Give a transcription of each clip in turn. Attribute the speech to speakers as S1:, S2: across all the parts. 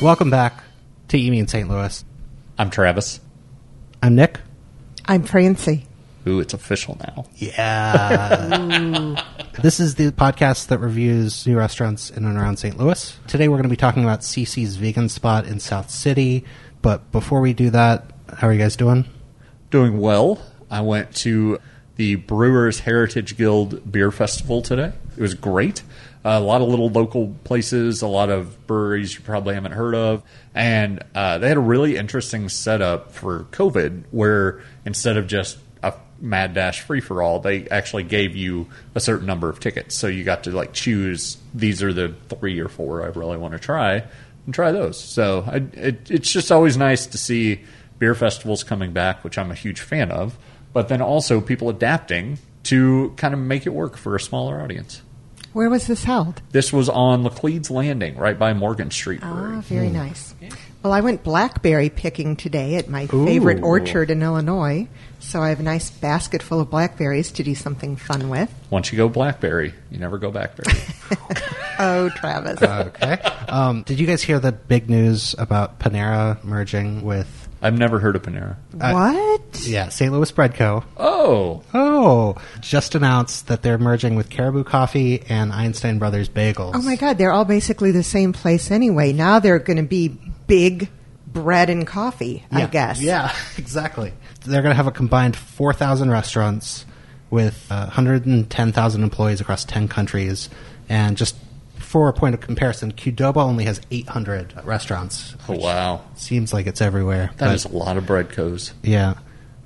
S1: Welcome back to Emi in St. Louis.
S2: I'm Travis.
S1: I'm Nick.
S3: I'm Francie.
S2: Ooh, it's official now.
S1: Yeah. this is the podcast that reviews new restaurants in and around St. Louis. Today we're going to be talking about CC's Vegan Spot in South City. But before we do that, how are you guys doing?
S2: Doing well. I went to the Brewers Heritage Guild Beer Festival today. It was great. a lot of little local places, a lot of breweries you probably haven't heard of. And uh, they had a really interesting setup for COVID where instead of just a mad dash free for all, they actually gave you a certain number of tickets. So you got to like choose these are the three or four I really want to try and try those. So I, it, it's just always nice to see beer festivals coming back, which I'm a huge fan of, but then also people adapting to kind of make it work for a smaller audience.
S3: Where was this held?
S2: This was on Laclede's Landing, right by Morgan Street Brewery.
S3: Ah, very nice. Well, I went blackberry picking today at my favorite
S2: Ooh.
S3: orchard in Illinois, so I have a nice basket full of blackberries to do something fun with.
S2: Once you go Blackberry, you never go Backberry.
S3: Oh, Travis.
S1: Okay. Um, did you guys hear the big news about Panera merging with
S2: I've never heard of Panera.
S3: what?
S1: yeah St. Louis Bread Co.
S2: Oh,
S1: Oh, just announced that they're merging with Caribou Coffee and Einstein Brothers Bagels.
S3: Oh my God, they're all basically the same place anyway. Now they're going to be big bread and coffee, I
S1: Yeah.
S3: guess.
S1: Yeah, exactly. They're going to have a combined 4,000 restaurants with uh, 110,000 employees across 10 countries. And just for a point of comparison, Qdoba only has 800 restaurants.
S2: oh wow.
S1: Seems like it's everywhere.
S2: That
S1: but,
S2: is a lot of bread codes.
S1: Yeah.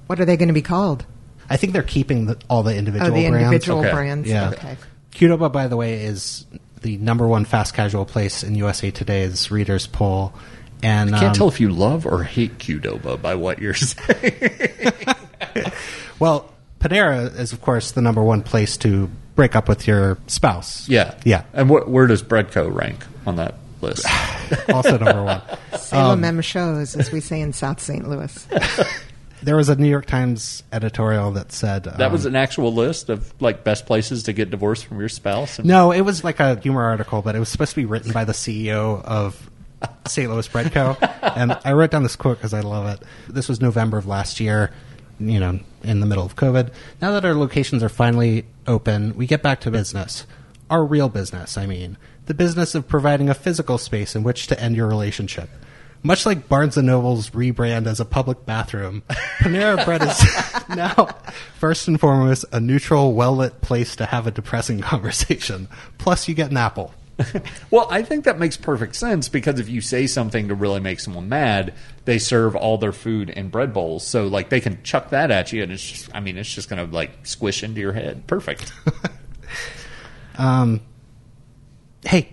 S3: What are they going to be called?
S1: I think they're keeping the, all the individual
S3: oh, the
S1: brands.
S3: individual
S2: Okay.
S3: brands.
S1: Yeah.
S3: Okay.
S1: Qdoba, by the way, is the number one fast casual place in USA Today's readers poll. And
S2: Can't
S1: um,
S2: tell if you love or hate Qdoba by what you're saying.
S1: Well, Panera is, of course, the number one place to break up with your spouse.
S2: Yeah,
S1: Yeah.
S2: And wh- where does Breadco rank on that list?
S1: Also, number one.
S3: Salem M shows, as we say in South St. Louis.
S1: There was a New York Times editorial that said
S2: That
S1: um,
S2: was an actual list of like best places to get divorced from your spouse. And
S1: No, it was like a humor article, but it was supposed to be written by the CEO of St. Louis Bread Co. and I wrote down this quote because I love it. This was November of last year, you know, in the middle of COVID. Now that our locations are finally open, we get back to business. Our real business, I mean. The business of providing a physical space in which to end your relationship. Much like Barnes & Noble's rebrand as a public bathroom, Panera Bread is now, first and foremost, a neutral, well-lit place to have a depressing conversation. Plus, you get an apple.
S2: Well, I think that makes perfect sense because if you say something to really make someone mad, they serve all their food in bread bowls. So like they can chuck that at you, and it's just I mean it's just gonna like squish into your head. Perfect.
S1: Hey,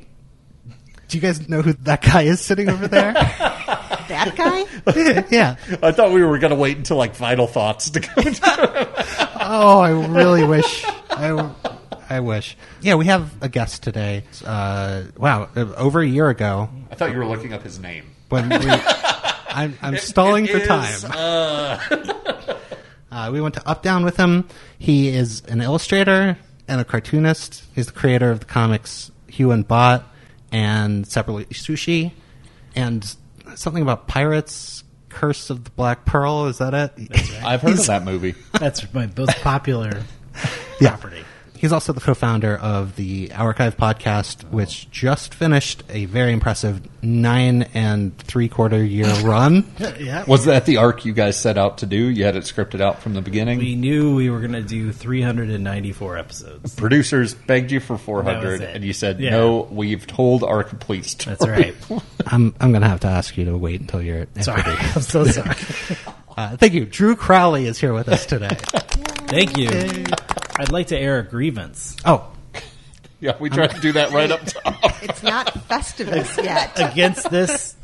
S1: do you guys know who that guy is sitting over there?
S3: That guy?
S1: yeah.
S2: I thought we were gonna wait until like final thoughts to go. Into-
S1: Oh, I really wish. I, I wish. Yeah, we have a guest today. Uh, wow, over a year ago
S2: I thought you were looking up his name.
S1: when we. I'm, I'm stalling for
S2: It is,
S1: time. Uh, we went to Up Down with him. He is an illustrator and a cartoonist. He's the creator of the comics Hugh and Bot and separately Sushi and something about pirates. Curse of the Black Pearl. Is that it?
S2: I've heard of that movie.
S4: That's my most popular property.
S1: He's also the co-founder of the Archive podcast, which just finished a very impressive nine and three quarter year run.
S4: Yeah.
S2: Was that the arc you guys set out to do? You had it scripted out from the beginning.
S4: We knew we were going to do 394 episodes.
S2: producers begged you for 400
S4: That was it.
S2: and you said
S4: Yeah.
S2: no we've told our complete story
S4: That's right.
S1: I'm I'm gonna have to ask you to wait until you're at
S4: Sorry.
S1: equity.
S4: I'm so sorry.
S1: Uh, thank you. Drew Crowley is here with us today.
S4: Thank you. I'd like to air a grievance.
S1: oh,
S2: yeah we tried to do that right up top
S3: It's not Festivus yet.
S4: Against this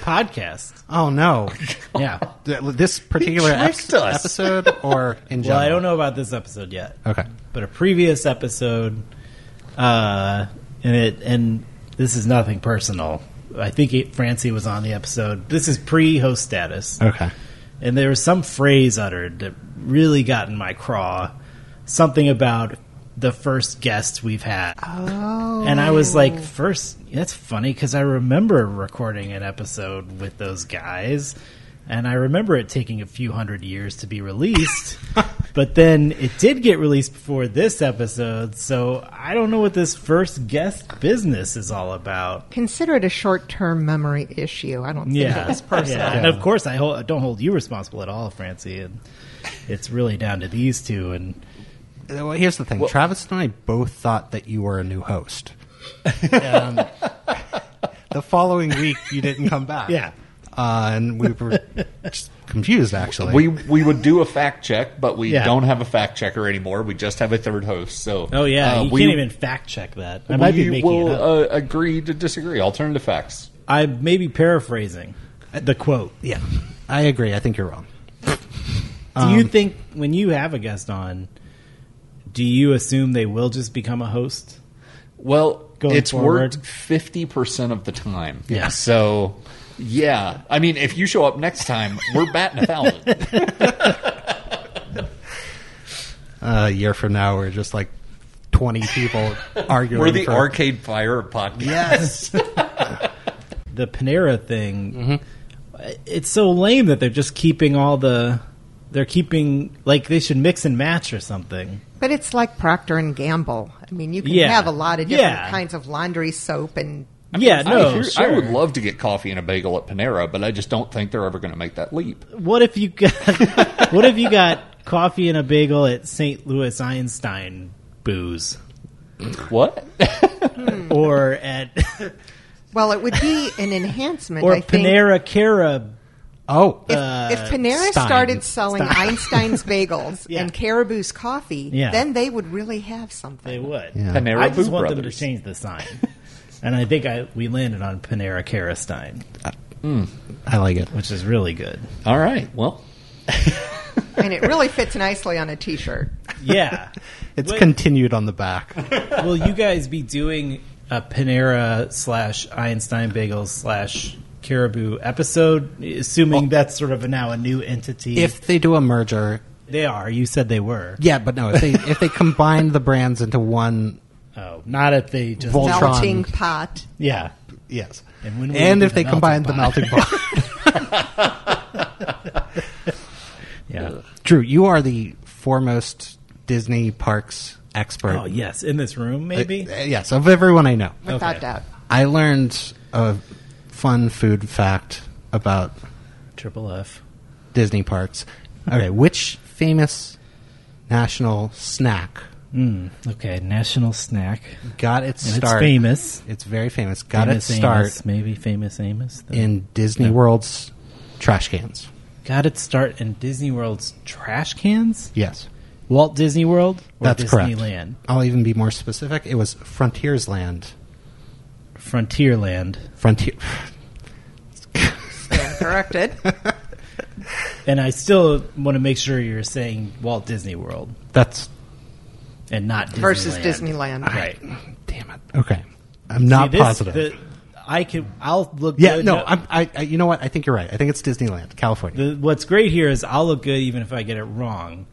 S4: podcast.
S1: oh no.
S4: Yeah.
S1: Th- This particular ex-
S2: tricked us.
S1: episode or in
S4: Well,
S1: general?
S4: I don't know about this episode yet.
S1: Okay.
S4: But a previous episode, uh, and it, and this is nothing personal. I think it, Francie was on the episode. This is pre-host status.
S1: Okay. Uh,
S4: and there was some phrase uttered that really got in my craw. Something about the first guest we've had.
S3: Oh.
S4: And I was like, first, that's funny because I remember recording an episode with those guys, and I remember it taking a few hundred years to be released. but then it did get released before this episode, so I don't know what this first guest business is all about.
S3: Consider it a short term memory issue. I don't think
S4: Yeah,
S3: it was personal.
S4: Yeah. And of course, I hol- don't hold you responsible at all, Francie. And it's really down to these two. And
S1: Well, here's the thing. Travis and I both thought that you were a new host. um, the following week, you didn't come back.
S4: Yeah.
S1: Uh, and we were just confused, actually.
S2: We we would do a fact check, but we
S4: Yeah.
S2: don't have a fact checker anymore. We just have a third host. So
S4: oh yeah,
S2: uh,
S4: you
S2: we-
S4: can't even fact check that. I might be
S2: we
S4: making
S2: will
S4: it up.
S2: Uh, agree to disagree. Alternative facts.
S4: I may be paraphrasing the quote.
S1: yeah. I agree. I think you're wrong.
S4: Do you think when you have a guest on, do you assume they will just become a host?
S2: Well,
S4: Going
S2: it's
S4: forward.
S2: worked fifty percent of the time.
S4: Yeah.
S2: So, yeah. I mean, if you show up next time, we're batting a thousand.
S1: Uh, a year from now, we're just like 20 people arguing.
S2: we're the
S1: for-
S2: Arcade Fire podcast.
S1: Yes.
S4: The Panera thing,
S2: Mm-hmm.
S4: it's so lame that they're just keeping all the. They're keeping like they should mix and match or something.
S3: But it's like Procter and Gamble. I mean, you can
S4: Yeah.
S3: have a lot of different
S4: Yeah.
S3: kinds of laundry soap and
S4: yeah, no,
S2: I, hear-
S4: sure.
S2: I would love to get coffee and a bagel at Panera, but I just don't think they're ever going to make that leap.
S4: What if you got? what if you got coffee and a bagel at St. Louis Einstein booze,
S2: What?
S4: or at
S3: well, it would be an enhancement.
S4: or
S3: I think.
S4: Panera Cara
S1: oh.
S3: If, if Panera
S1: Stein.
S3: started selling
S4: Stein.
S3: Einstein's bagels
S4: Yeah.
S3: and Caribou's coffee,
S4: Yeah.
S3: then they would really have something.
S4: They would.
S1: Yeah.
S2: Panera
S4: I just
S2: Food
S4: want them to
S2: Brothers.
S4: change the sign. and I think I we landed on Panera Karestein,
S1: I like it.
S4: which is really good.
S2: All right. Well,
S3: and it really fits nicely on a T-shirt.
S4: Yeah.
S1: It's
S4: Wait.
S1: continued on the back.
S4: Will you guys be doing a Panera slash Einstein Bagels slash Caribou episode? Assuming that's sort of now a new entity.
S1: if they do a merger,
S4: they are, you said they were.
S1: yeah, but no, if they if they combine the brands into one,
S4: Oh, not if they just
S1: Vol- Ultron.
S3: Melting pot.
S4: yeah.
S1: yes,
S4: And when
S1: and,
S4: will we do
S1: if
S4: the
S1: they combine the
S4: melting
S1: melting pot,
S4: Yeah.
S1: Drew, you are the foremost Disney parks expert.
S4: Oh yes, in this room maybe.
S1: Uh, yes, of everyone I know.
S3: Without
S4: Okay.
S3: doubt.
S1: I learned a fun food fact about
S4: Triple F.
S1: Disney parks. Okay, which famous national snack
S4: Okay, national snack.
S1: got its
S4: And it's
S1: start?
S4: famous.
S1: It's very famous. Got
S4: famous
S1: its start
S4: Amos, maybe famous Amos. The-
S1: in Disney World's trash cans.
S4: Got its start in Disney World's trash cans?
S1: Yes.
S4: Walt Disney World or
S1: That's correct.
S4: Disneyland?
S1: I'll even be more specific. It was Frontiersland.
S4: Frontierland.
S1: Frontier.
S3: Stand corrected.
S4: And I still want to make sure you're saying Walt Disney World
S1: That's
S4: and not Disneyland.
S3: Versus Disneyland.
S4: Right.
S1: damn it. Okay, I'm not
S4: See, this-
S1: positive.
S4: the- I can I'll look
S1: yeah,
S4: good.
S1: no, I'm, I, I. You know what? I think you're right. I think it's Disneyland, California.
S4: the, what's great here is I'll look good even if I get it wrong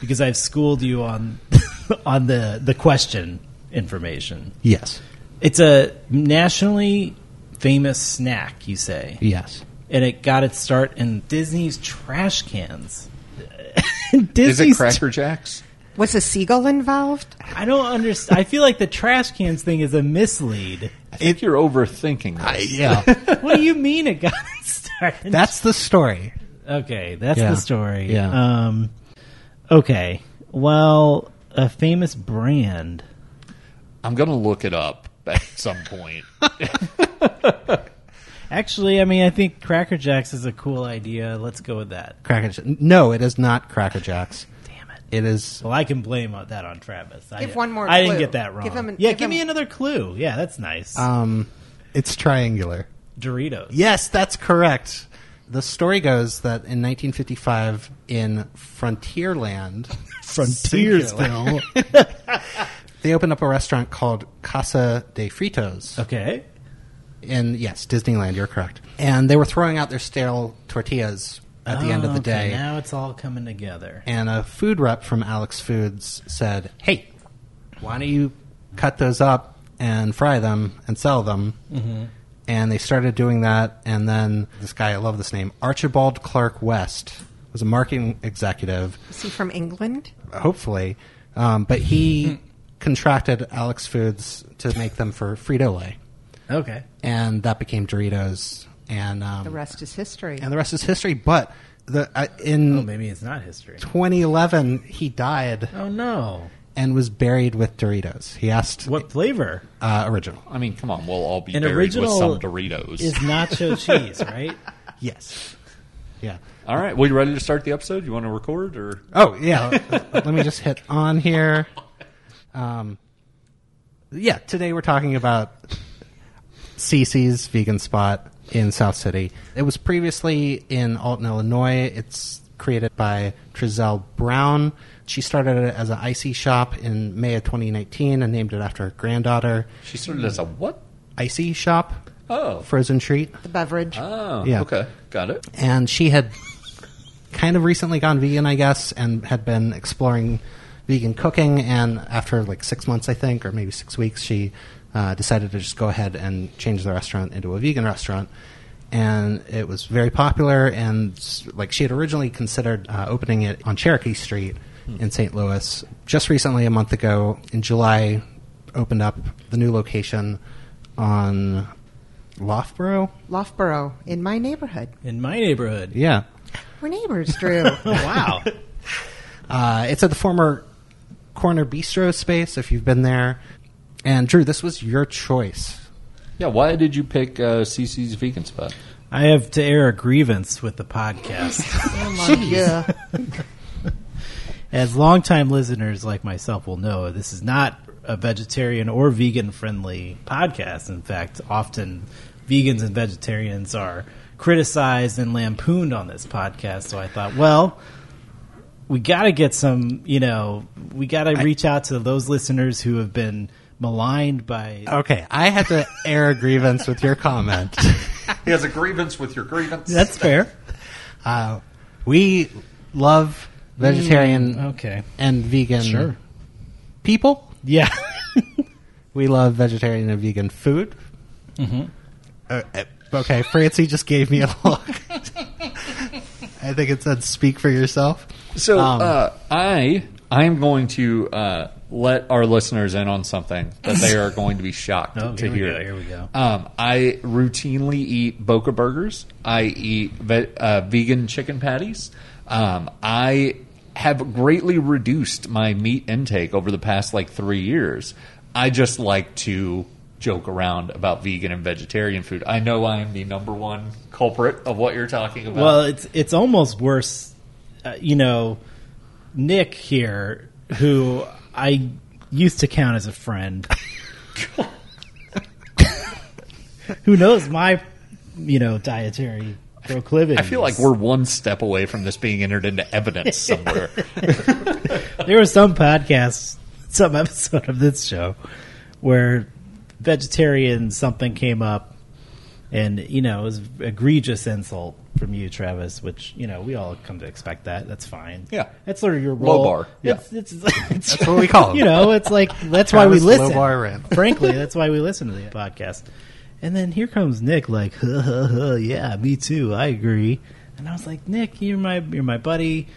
S4: because I've schooled you on on the the question information.
S1: yes,
S4: It's a nationally famous snack, you say.
S1: yes.
S4: and it got its start in Disney's trash cans.
S2: is it
S4: Disney's
S2: Cracker Jacks?
S3: Was a seagull involved?
S4: I don't understand. I feel like the trash cans thing is a mislead.
S2: I think you're overthinking this.
S1: Yeah,
S4: What do you mean it got its start? in-
S1: that's the story.
S4: okay. That's
S1: Yeah.
S4: the story.
S1: Yeah.
S4: Um, okay. Well, a famous brand.
S2: I'm going to look it up at some point.
S4: Actually, I mean, I think Cracker Jacks is a cool idea. Let's go with that.
S1: Cracker. J- No, it is not Cracker Jacks.
S4: Damn it.
S1: It is.
S4: Well, I can blame that on Travis. I,
S3: Give one more
S4: I didn't
S3: clue.
S4: get that wrong.
S3: Give him an-
S4: yeah,
S3: give
S4: give me
S3: him-
S4: another clue. Yeah, that's nice.
S1: Um, it's triangular.
S4: Doritos.
S1: Yes, that's correct. The story goes that in 1955, in Frontierland,
S4: Frontiersville.
S1: they opened up a restaurant called Casa de Fritos.
S4: Okay.
S1: in yes Disneyland. You're correct. And they were throwing out their stale tortillas at the end of the
S4: Oh,
S1: day.
S4: Okay, Now it's all coming together.
S1: And a food rep from Alex Foods said, "Hey, why don't you cut those up and fry them and sell them? And they started doing that. And then this guy, I love this name, Archibald Clark West, was a marketing executive
S3: Is he from England?
S1: hopefully. Um, but he contracted Alex Foods to make them for Frito Lay,
S4: Okay.
S1: and that became Doritos, and um,
S3: The rest is history.
S1: and the rest is history. But the uh, in
S4: Oh, maybe it's not history.
S1: 2011 he died
S4: Oh no.
S1: and was buried with Doritos. He asked
S4: What flavor
S1: uh, original.
S2: I mean, come on, we'll all be
S4: An
S2: buried
S4: original
S2: with some Doritos.
S4: is nacho cheese, right?
S1: Yes. Yeah.
S2: all right, well, you ready to start the episode? You want to record or?
S1: Oh yeah. Let me just hit on here. Um, yeah. Today we're talking about Cece's vegan spot in South City. It was previously in Alton, Illinois. It's created by Trizelle Brown. She started it as an icy shop in May of 2019 and named it after her granddaughter.
S2: She started as a what?
S1: Icy shop,
S2: Oh,
S1: frozen treat.
S3: the beverage.
S2: oh,
S1: Yeah.
S2: okay, got it.
S1: and she had kind of recently gone vegan, I guess, and had been exploring vegan cooking. And after like six months, I think, or maybe six weeks, she uh, decided to just go ahead and change the restaurant into a vegan restaurant. And it was very popular. And s- like she had originally considered uh, opening it on Cherokee Street in St. Louis. Just recently, a month ago in July, opened up the new location on Loughborough.
S3: Loughborough in my neighborhood.
S4: In my neighborhood. Oh,
S1: Yeah.
S3: We're neighbors, Drew.
S4: Wow.
S1: Uh, it's at the former Corner Bistro space, if you've been there. And Drew, this was your choice.
S2: Yeah, why did you pick uh, CC's vegan spot?
S4: I have to air a grievance with the podcast.
S3: Oh, yeah.
S4: As longtime listeners like myself will know, this is not a vegetarian or vegan friendly podcast. In fact, often vegans and vegetarians are criticized and lampooned on this podcast. So I thought, well, we got to get some, you know, we got to reach out to those listeners who have been maligned by
S1: Okay, I had to air a grievance with your comment.
S2: He has a grievance with your grievance.
S4: That's fair.
S1: Uh, we love vegetarian
S4: Okay.
S1: and vegan
S4: Sure.
S1: people.
S4: Yeah.
S1: We love vegetarian and vegan food. Mm-hmm. okay, Francie just gave me a look. I think it said "speak for yourself."
S2: So
S1: Um,
S2: uh, I I am going to uh, let our listeners in on something that they are going to be shocked
S4: Oh,
S2: to
S4: here we
S2: hear.
S4: go, here we go.
S2: Um, I routinely eat Boca burgers. I eat ve- uh, vegan chicken patties. Um, I have greatly reduced my meat intake over the past like three years. I just like to joke around about vegan and vegetarian food. I know I am the number one culprit of what you're talking about.
S4: Well, it's it's almost worse, uh, you know. Nick here, who I used to count as a friend, who knows my, you know, dietary proclivities.
S2: I feel like we're one step away from this being entered into evidence somewhere.
S4: there was some podcast, some episode of this show where vegetarian something came up, and you know it was egregious insult from you, Travis. Which you know we all come to expect that. That's fine.
S2: Yeah.
S4: that's sort of your role.
S2: bar, yeah.
S4: It's, it's, it's-
S1: That's what we call 'em.
S4: You know, it's like that's why we
S1: Travis
S4: listen.
S1: Lobar Rant.
S4: Frankly, that's why we listen to the podcast. And then here comes Nick, like, huh, huh, huh, yeah, me too. I agree. And I was like, Nick, you're my you're my buddy.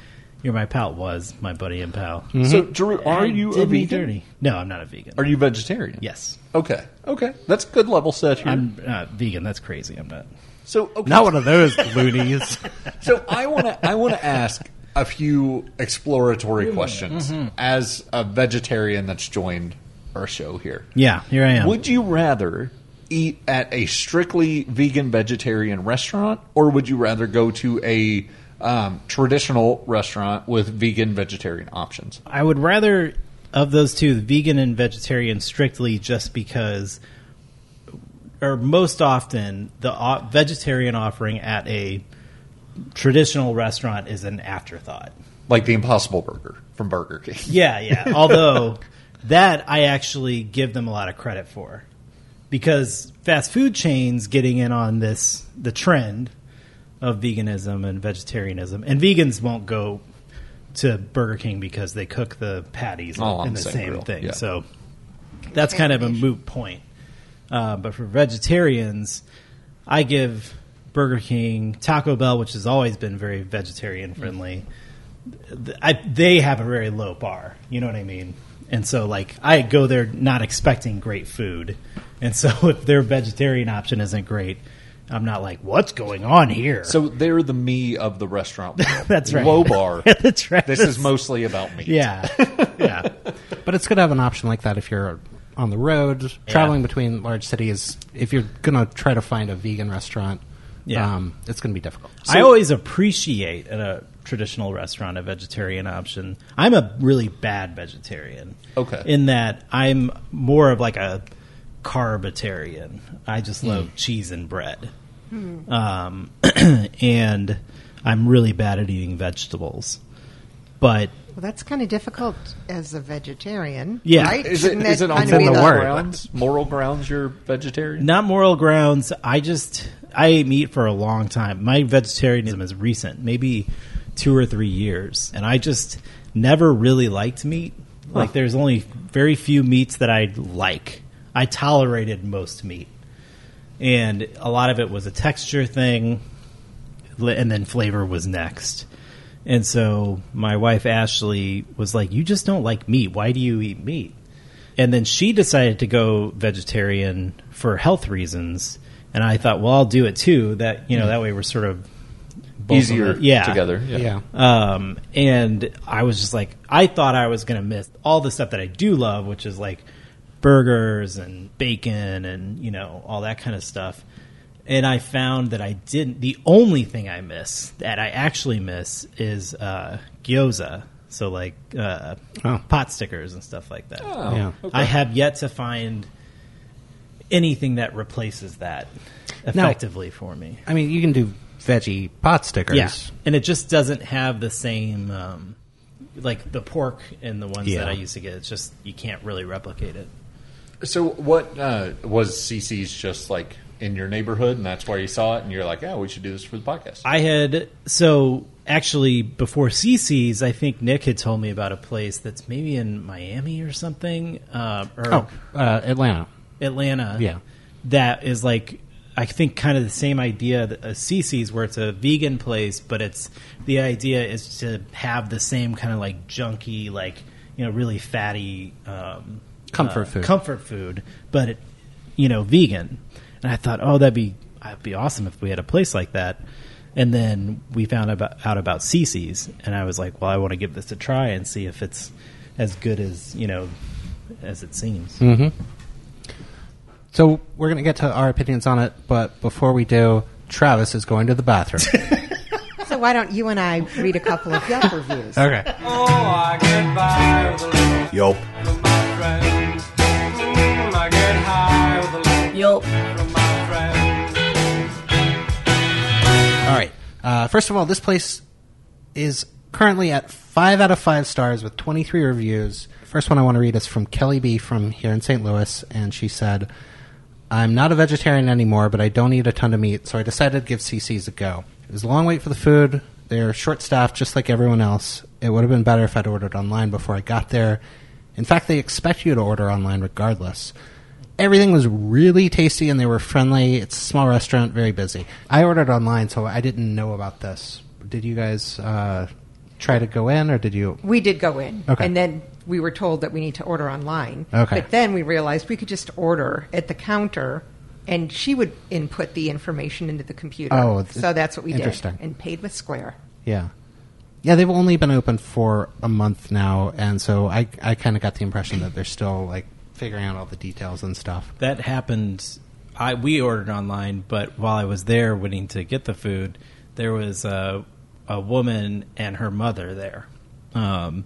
S4: You're my pal. Was my buddy and pal.
S2: So, Drew, are
S4: I
S2: you a
S4: did me
S2: vegan?
S4: Dirty. No, I'm not a vegan.
S2: Are you vegetarian?
S4: Yes,
S2: Okay. Okay. That's good level set here.
S4: I'm not vegan. That's crazy. I'm not.
S2: so, okay.
S1: Not one of those loonies.
S2: so I want to I want to ask a few exploratory questions
S4: Mm-hmm.
S2: as a vegetarian that's joined our show here.
S4: Yeah, here I am.
S2: Would you rather eat at a strictly vegan vegetarian restaurant, or would you rather go to a um, traditional restaurant with vegan vegetarian options?
S4: I would rather of those two, the vegan and vegetarian, strictly just because, or most often, the o- vegetarian offering at a traditional restaurant is an afterthought.
S2: Like the Impossible Burger from Burger King.
S4: Yeah, yeah. Although that I actually give them a lot of credit for because fast food chains getting in on this the trend of veganism and vegetarianism and vegans won't go to Burger King because they cook the patties
S2: All on
S4: in the
S2: the same
S4: same,
S2: grill,
S4: thing.
S2: yeah.
S4: So that's kind of a
S3: Animation.
S4: moot point. Uh, but for vegetarians, I give Burger King, Taco Bell, which has always been very vegetarian friendly. th- I, they have a very low bar. You know what I mean? And so, like, I go there not expecting great food. And so, if their vegetarian option isn't great, I'm not like, what's going on here?
S2: So they're the me of the restaurant. world.
S4: That's right.
S2: Low bar.
S4: That's right.
S2: This is mostly about me.
S4: yeah, yeah.
S1: But it's good to have an option like that if you're on the road traveling between large cities. If you're gonna try to find a vegan restaurant,
S4: Yeah.
S1: um, it's gonna be difficult.
S4: I always appreciate at a traditional restaurant a vegetarian option. I'm a really bad vegetarian.
S2: Okay.
S4: In that I'm more of like a carbitarian. I just love cheese and bread. Um, and I'm really bad at eating vegetables. But
S3: Well, that's kind of difficult as a vegetarian.
S4: Yeah.
S3: right?
S2: Is it,
S3: Shouldn't
S2: is
S3: that
S2: it on
S3: kinda be
S2: moral
S1: the word.
S2: grounds? Moral grounds you're vegetarian?
S4: not moral grounds. I just I ate meat for a long time. My vegetarianism is recent, maybe two or three years, and I just never really liked meat. Like there's only very few meats that I like. I tolerated most meat, and a lot of it was a texture thing, li- and then flavor was next. And so my wife Ashley was like, "You just don't like meat. Why do you eat meat?" And then she decided to go vegetarian for health reasons, and I thought, "Well, I'll do it too." That you know, that way we're sort of both of
S2: Mm-hmm. Easier
S4: us- yeah.
S2: together.
S1: Yeah.
S4: Um, and I was just like, I thought I was going to miss all the stuff that I do love, which is like burgers and bacon and, you know, all that kind of stuff. And I found that I didn't. The only thing I miss that I actually miss is uh, gyoza. So, like uh,
S1: Oh.
S4: pot stickers and stuff like that.
S2: Oh,
S1: Yeah.
S2: okay.
S4: I have yet to find anything that replaces that
S1: Now-
S4: effectively for me.
S1: I mean, you can do veggie pot stickers.
S4: Yeah, and it just doesn't have the same um, like the pork and the ones
S1: Yeah.
S4: that I used to get. It's just you can't really replicate it.
S2: So what uh, was CC's just like in your neighborhood, and that's why you saw it, and you're like, yeah, we should do this for the podcast.
S4: I had so actually before CC's, I think Nick had told me about a place that's maybe in Miami or something uh, or
S1: Oh, uh, Atlanta.
S4: Atlanta.
S1: Yeah.
S4: that is like. I think kind of the same idea that a CC's where it's a vegan place, but it's the idea is to have the same kind of like junky, like you know, really fatty um,
S1: Comfort
S4: uh,
S1: food.
S4: comfort food, but it, you know, vegan. And I thought, oh, that'd be that'd be awesome if we had a place like that. And then we found about, out about CC's, and I was like, well, I want to give this a try and see if it's as good as you know as it seems.
S1: So we're going to get to our opinions on it, but before we do, Travis is going to the bathroom.
S3: So why don't you and I read a couple of Yelp reviews?
S1: okay.
S5: Oh, I get by with a little
S6: Yelp.
S5: from my friends. Mm, I get high with a little
S7: Yelp.
S5: from my friends.
S1: All right. Uh, first of all, this place is currently at five out of five stars with 23 reviews. First one I want to read is from Kelly B from here in St. Louis, and she said, I'm not a vegetarian anymore, but I don't eat a ton of meat, so I decided to give CC's a go. It was a long wait for the food. They're short staffed, just like everyone else. It would have been better if I'd ordered online before I got there. In fact, they expect you to order online regardless. Everything was really tasty and they were friendly. It's a small restaurant, very busy. I ordered online, so I didn't know about this. Did you guys uh, try to go in or did you?
S3: We did go in,
S1: Okay.
S3: and then we were told that we need to order online.
S1: Okay.
S3: But then we realized we could just order at the counter, and she would input the information into the computer.
S1: Oh, th-
S3: so that's what we
S1: interesting.
S3: did, and paid with Square.
S1: Yeah. Yeah, they've only been open for a month now, and so I, I kind of got the impression that they're still like figuring out all the details and stuff.
S4: That happened. I we ordered online, but while I was there waiting to get the food, there was a a woman and her mother there, um,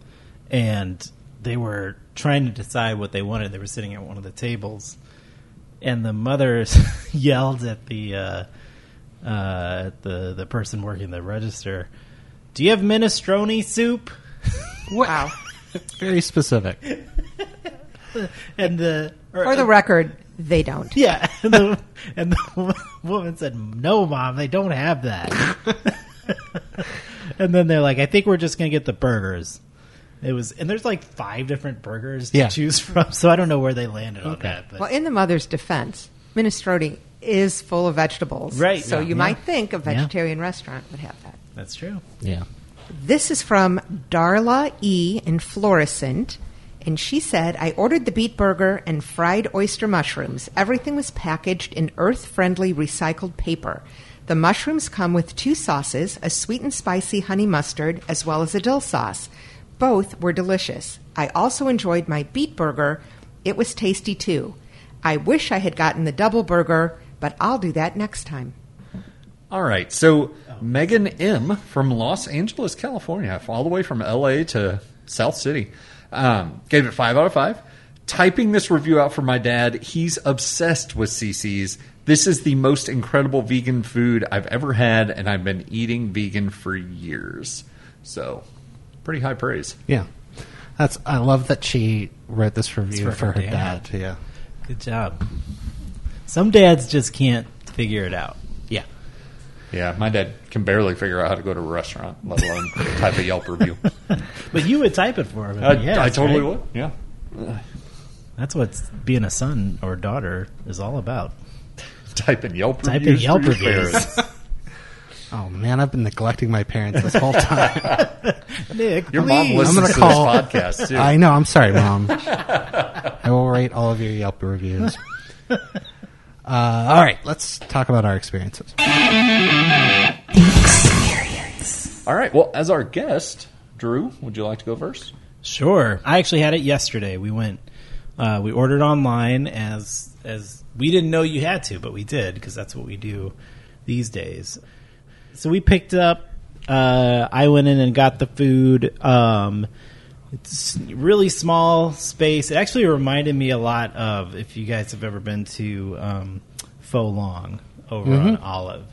S4: and they were trying to decide what they wanted. They were sitting at one of the tables, and the mother yelled at the uh, uh, the the person working the register, "Do you have minestrone soup?"
S3: Wow.
S1: Very specific.
S4: And the
S3: For the record, they don't.
S4: Yeah, and the, and the woman said, "No, mom, they don't have that." and then they're like, I think we're just gonna get the burgers. It was, and there's like five different burgers to
S1: Yeah.
S4: choose from, so I don't know where they landed on that. But
S3: Well, in the mother's defense, minestrone is full of vegetables.
S4: Right.
S3: So
S4: Yeah.
S3: you might think a
S4: Yeah.
S3: vegetarian restaurant would have that.
S4: that's true.
S1: Yeah.
S3: This is from Darla E. in Florissant. And she said, I ordered the beet burger and fried oyster mushrooms. Everything was packaged in earth friendly recycled paper. The mushrooms come with two sauces a sweet and spicy honey mustard, as well as a dill sauce. Both were delicious. I also enjoyed my beet burger. It was tasty too. I wish I had gotten the double burger, but I'll do that next time.
S2: All right. So Megan M from Los Angeles, California, all the way from LA to South City, um, gave it five out of five. Typing this review out for my dad, he's obsessed with CC's. This is the most incredible vegan food I've ever had, and I've been eating vegan for years. So, pretty high praise.
S1: Yeah. That's I love that she wrote this review
S4: It's
S1: for, her dad. Yeah.
S4: Good job. Some dads just can't figure it out.
S1: Yeah.
S2: Yeah, my dad can barely figure out how to go to a restaurant, let alone type a Yelp review.
S4: But you would type it for him. if
S2: Uh, I,
S4: he asked,
S2: Uh, I totally
S4: right?
S2: would. Yeah.
S4: That's what being a son or daughter is all about.
S2: Type in Yelp
S4: Type in
S2: reviews.
S4: Yelp
S2: for your
S4: reviews.
S2: parents.
S1: Oh man, I've been neglecting my parents this whole time.
S4: Nick,
S2: Your mom
S4: please.
S2: listens
S1: I'm gonna
S2: to
S1: call-
S2: this podcast too.
S1: I know. I'm sorry, mom. I will rate all of your Yelp reviews. Uh, all right, let's talk about our experiences.
S2: All right. Well, as our guest, Drew, would you like to go first?
S4: Sure. I actually had it yesterday. We went, uh, we ordered online as as we didn't know you had to, but we did because that's what we do these days. So we picked up. Uh, I went in and got the food. Um, it's really small space. It actually reminded me a lot of if you guys have ever been to um, Faux Long over
S2: Mm-hmm.
S4: on Olive.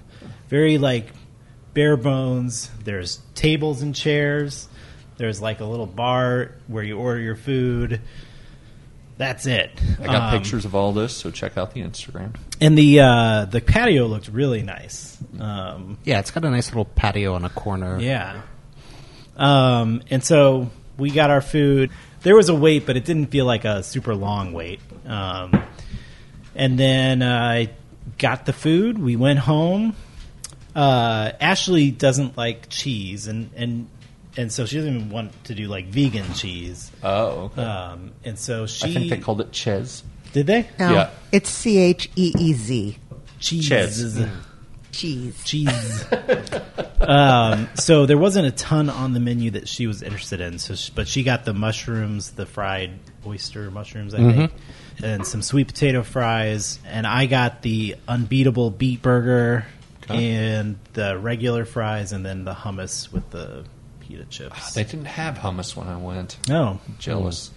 S4: Very like bare bones. There's tables and chairs. There's like a little bar where you order your food. That's it.
S2: I got
S4: Um,
S2: pictures of all this, so check out the Instagram.
S4: And the uh, the patio looked really nice. Um,
S1: Yeah, it's got a nice little patio on a corner.
S4: Yeah. Um, and so we got our food. There was a wait, but it didn't feel like a super long wait. Um, and then uh, I got the food. We went home. Uh, Ashley doesn't like cheese, and and and so she doesn't even want to do like vegan cheese.
S2: Oh, okay.
S4: Um, and so she
S2: I think they called it Ches.
S4: did they
S3: Now,
S2: Yeah.
S3: It's C H E E Z.
S4: cheese.
S2: Cheese.
S3: Cheese.
S4: cheese. um, so there wasn't a ton on the menu that she was interested in. So, she, but she got the mushrooms, the fried oyster mushrooms, I
S1: Mm-hmm.
S4: think, and some sweet potato fries. And I got the unbeatable beet burger and the regular fries, and then the hummus with the pita
S1: Ah,
S4: chips. Oh.
S2: They didn't have hummus when I went.
S4: no,
S2: Jealous.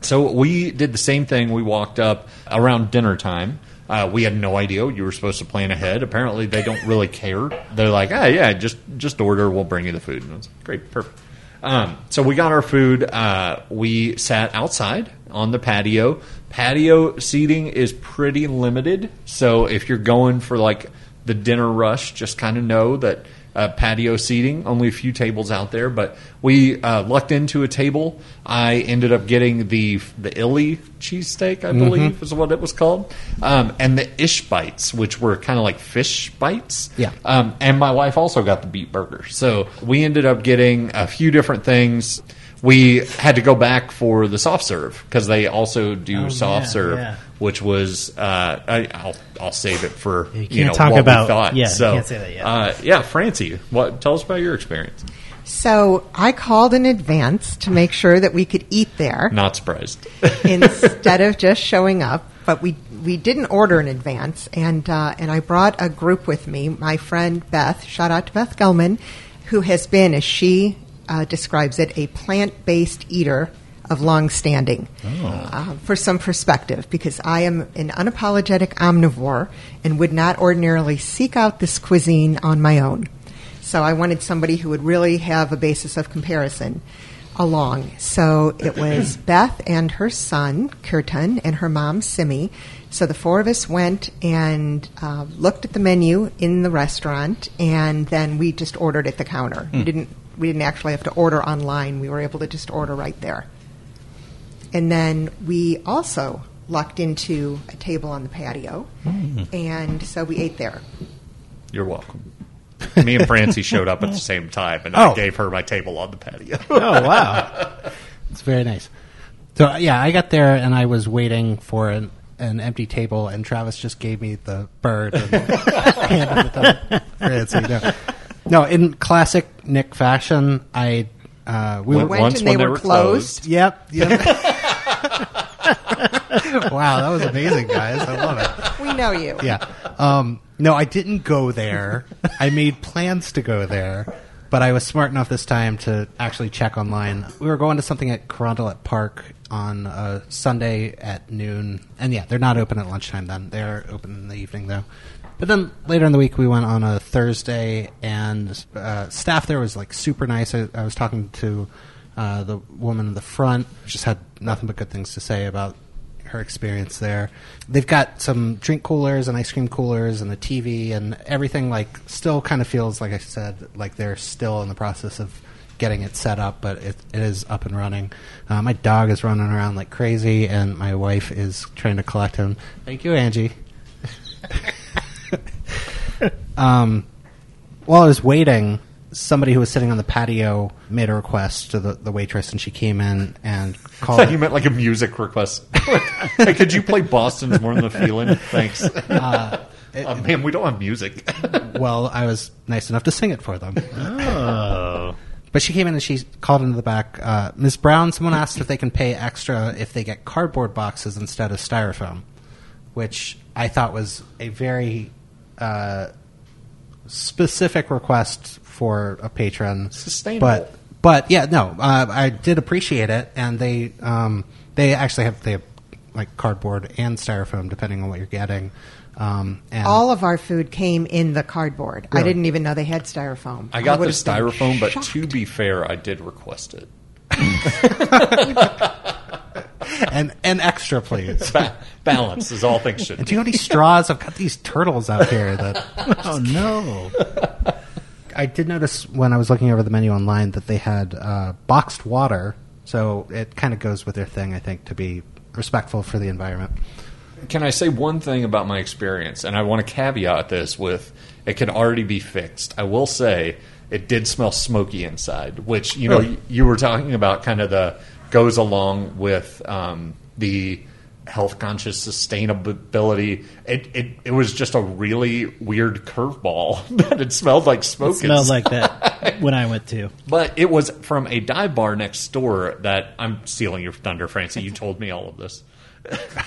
S2: So we did the same thing. We walked up around dinner time. Uh, we had no idea you were supposed to plan ahead. Apparently, they don't really care. They're like, "Ah, yeah, just just order. We'll bring you the food." And I was like, "Great, perfect." Um, so we got our food. Uh, we sat outside on the patio. Patio seating is pretty limited. So if you're going for like the dinner rush, just kind of know that uh, patio seating, only a few tables out there. But we uh, lucked into a table. I ended up getting the the Illy cheesesteak, I believe
S4: Mm-hmm.
S2: is what it was called, um, and the ish bites, which were kind of like fish bites.
S1: Yeah.
S2: Um, and my wife also got the beet burger. So we ended up getting a few different things. We had to go back for the soft serve because they also do
S4: Oh,
S2: soft
S4: yeah,
S2: serve,
S4: yeah.
S2: which was uh, I, I'll I'll save it for
S4: You
S2: you,
S4: can't
S2: know
S4: talk
S2: what
S4: about-
S2: we thought.
S4: yeah, you
S2: so,
S4: can't say that yet.
S2: Uh, yeah, Francie, what tell us about your experience?
S3: So I called in advance to make sure that we could eat there
S2: Not surprised.
S3: instead of just showing up. But we we didn't order in advance, and uh, and I brought a group with me. My friend Beth, shout out to Beth Gelman, who has been, as she uh, describes it, a plant based eater of long standing. Uh, for some perspective, because I am an unapologetic omnivore and would not ordinarily seek out this cuisine on my own. So I wanted somebody who would really have a basis of comparison. along. So it was Beth and her son, Kirtan, and her mom, Simi. So the four of us went and uh, looked at the menu in the restaurant, and then we just ordered at the counter.
S2: Hmm.
S3: We didn't we didn't actually have to order online. We were able to just order right there. And then we also lucked into a table on the patio,
S2: Hmm.
S3: and so we ate there.
S2: You're welcome. Me and Francie showed up at the same time, and I
S1: Oh.
S2: gave her my table on the patio.
S1: Oh wow, it's very nice. So yeah, I got there and I was waiting for an, an empty table, and Travis just gave me the bird. And handed it to Francie. No. no, in classic Nick fashion, I uh, we
S2: Went
S1: were-
S3: Went
S2: Once
S3: and they
S2: when they
S3: were
S2: were closed.
S1: Yep. yep. wow, that was amazing, guys. I love it
S3: We know you.
S1: yeah. Um, no, I didn't go there. I made plans to go there, but I was smart enough this time to actually check online. We were going to something at Carondelet Park on uh, Sunday at noon, and yeah, they're not open at lunchtime. Then they're open in the evening though. But then later in the week, we went on a Thursday, and uh, staff there was like super nice. I, I was talking to uh, the woman in the front, just had nothing but good things to say about her experience there. They've got some drink coolers and ice cream coolers and a TV and everything like still kind of feels like I said like they're still in the process of getting it set up, but it, it is up and running. Uh, my dog is running around like crazy, and my wife is trying to collect him. Thank you, Angie. Um, while I was waiting, somebody who was sitting on the patio made a request to the, the waitress, and she came in and called.
S2: you meant like a music request. hey, could you play Boston's More Than a Feeling? Thanks.
S4: Uh,
S2: oh, man, we don't have music.
S1: well, I was nice enough to sing it for them. But she came in and she called into the back. Uh, Ms. Brown, someone asked if they can pay extra if they get cardboard boxes instead of styrofoam, which I thought was a very uh, specific request for a patron.
S2: Sustainable.
S1: But but yeah, no, uh, I did appreciate it, and they um, they actually have they have like cardboard and styrofoam depending on what you're getting. Um, and
S3: All of our food came in the cardboard. I
S1: Really?
S3: didn't even know they had styrofoam.
S2: I got the
S3: would've been
S2: styrofoam, but
S3: shocked.
S2: to be fair, I did request it.
S1: and and extra, please.
S2: Ba- balance is all things should
S1: And
S2: be.
S1: do you have any straws? I've got these turtles out here that
S4: Oh no!
S1: I did notice when I was looking over the menu online that they had uh, boxed water, so it kind of goes with their thing, I think, to be respectful for the environment.
S2: Can I say one thing about my experience? And I want to caveat this with it can already be fixed. I will say it did smell smoky inside, which you know
S4: Oh.
S1: Really?
S2: you- you were talking about kind of the goes along with um, the health conscious sustainability. It, it it was just a really weird curveball that it smelled like smoke.
S4: It smelled
S2: inside.
S4: like that when I went to.
S2: But it was from a dive bar next door that I'm stealing your thunder, Francie. You told me all of this.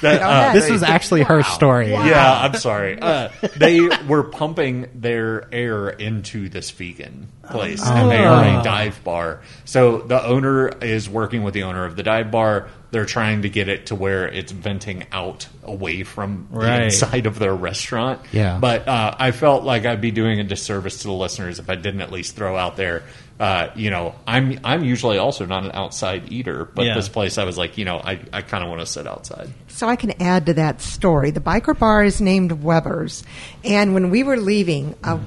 S2: That, uh,
S1: This
S2: they-
S1: was actually her story.
S2: yeah, I'm sorry. Uh, they were pumping their air into this vegan place, and they are
S4: Oh.
S2: a dive bar. So the owner is working with the owner of the dive bar. They're trying to get it to where it's venting out away from
S4: Right.
S2: the inside of their restaurant.
S1: Yeah.
S2: But uh, I felt like I'd be doing a disservice to the listeners if I didn't at least throw out there. Uh, you know, I'm I'm usually also not an outside eater, but
S4: Yeah.
S2: this place I was like, you know, I, I kind of want to sit outside.
S3: So I can add to that story. The biker bar is named Weber's, and when we were leaving, a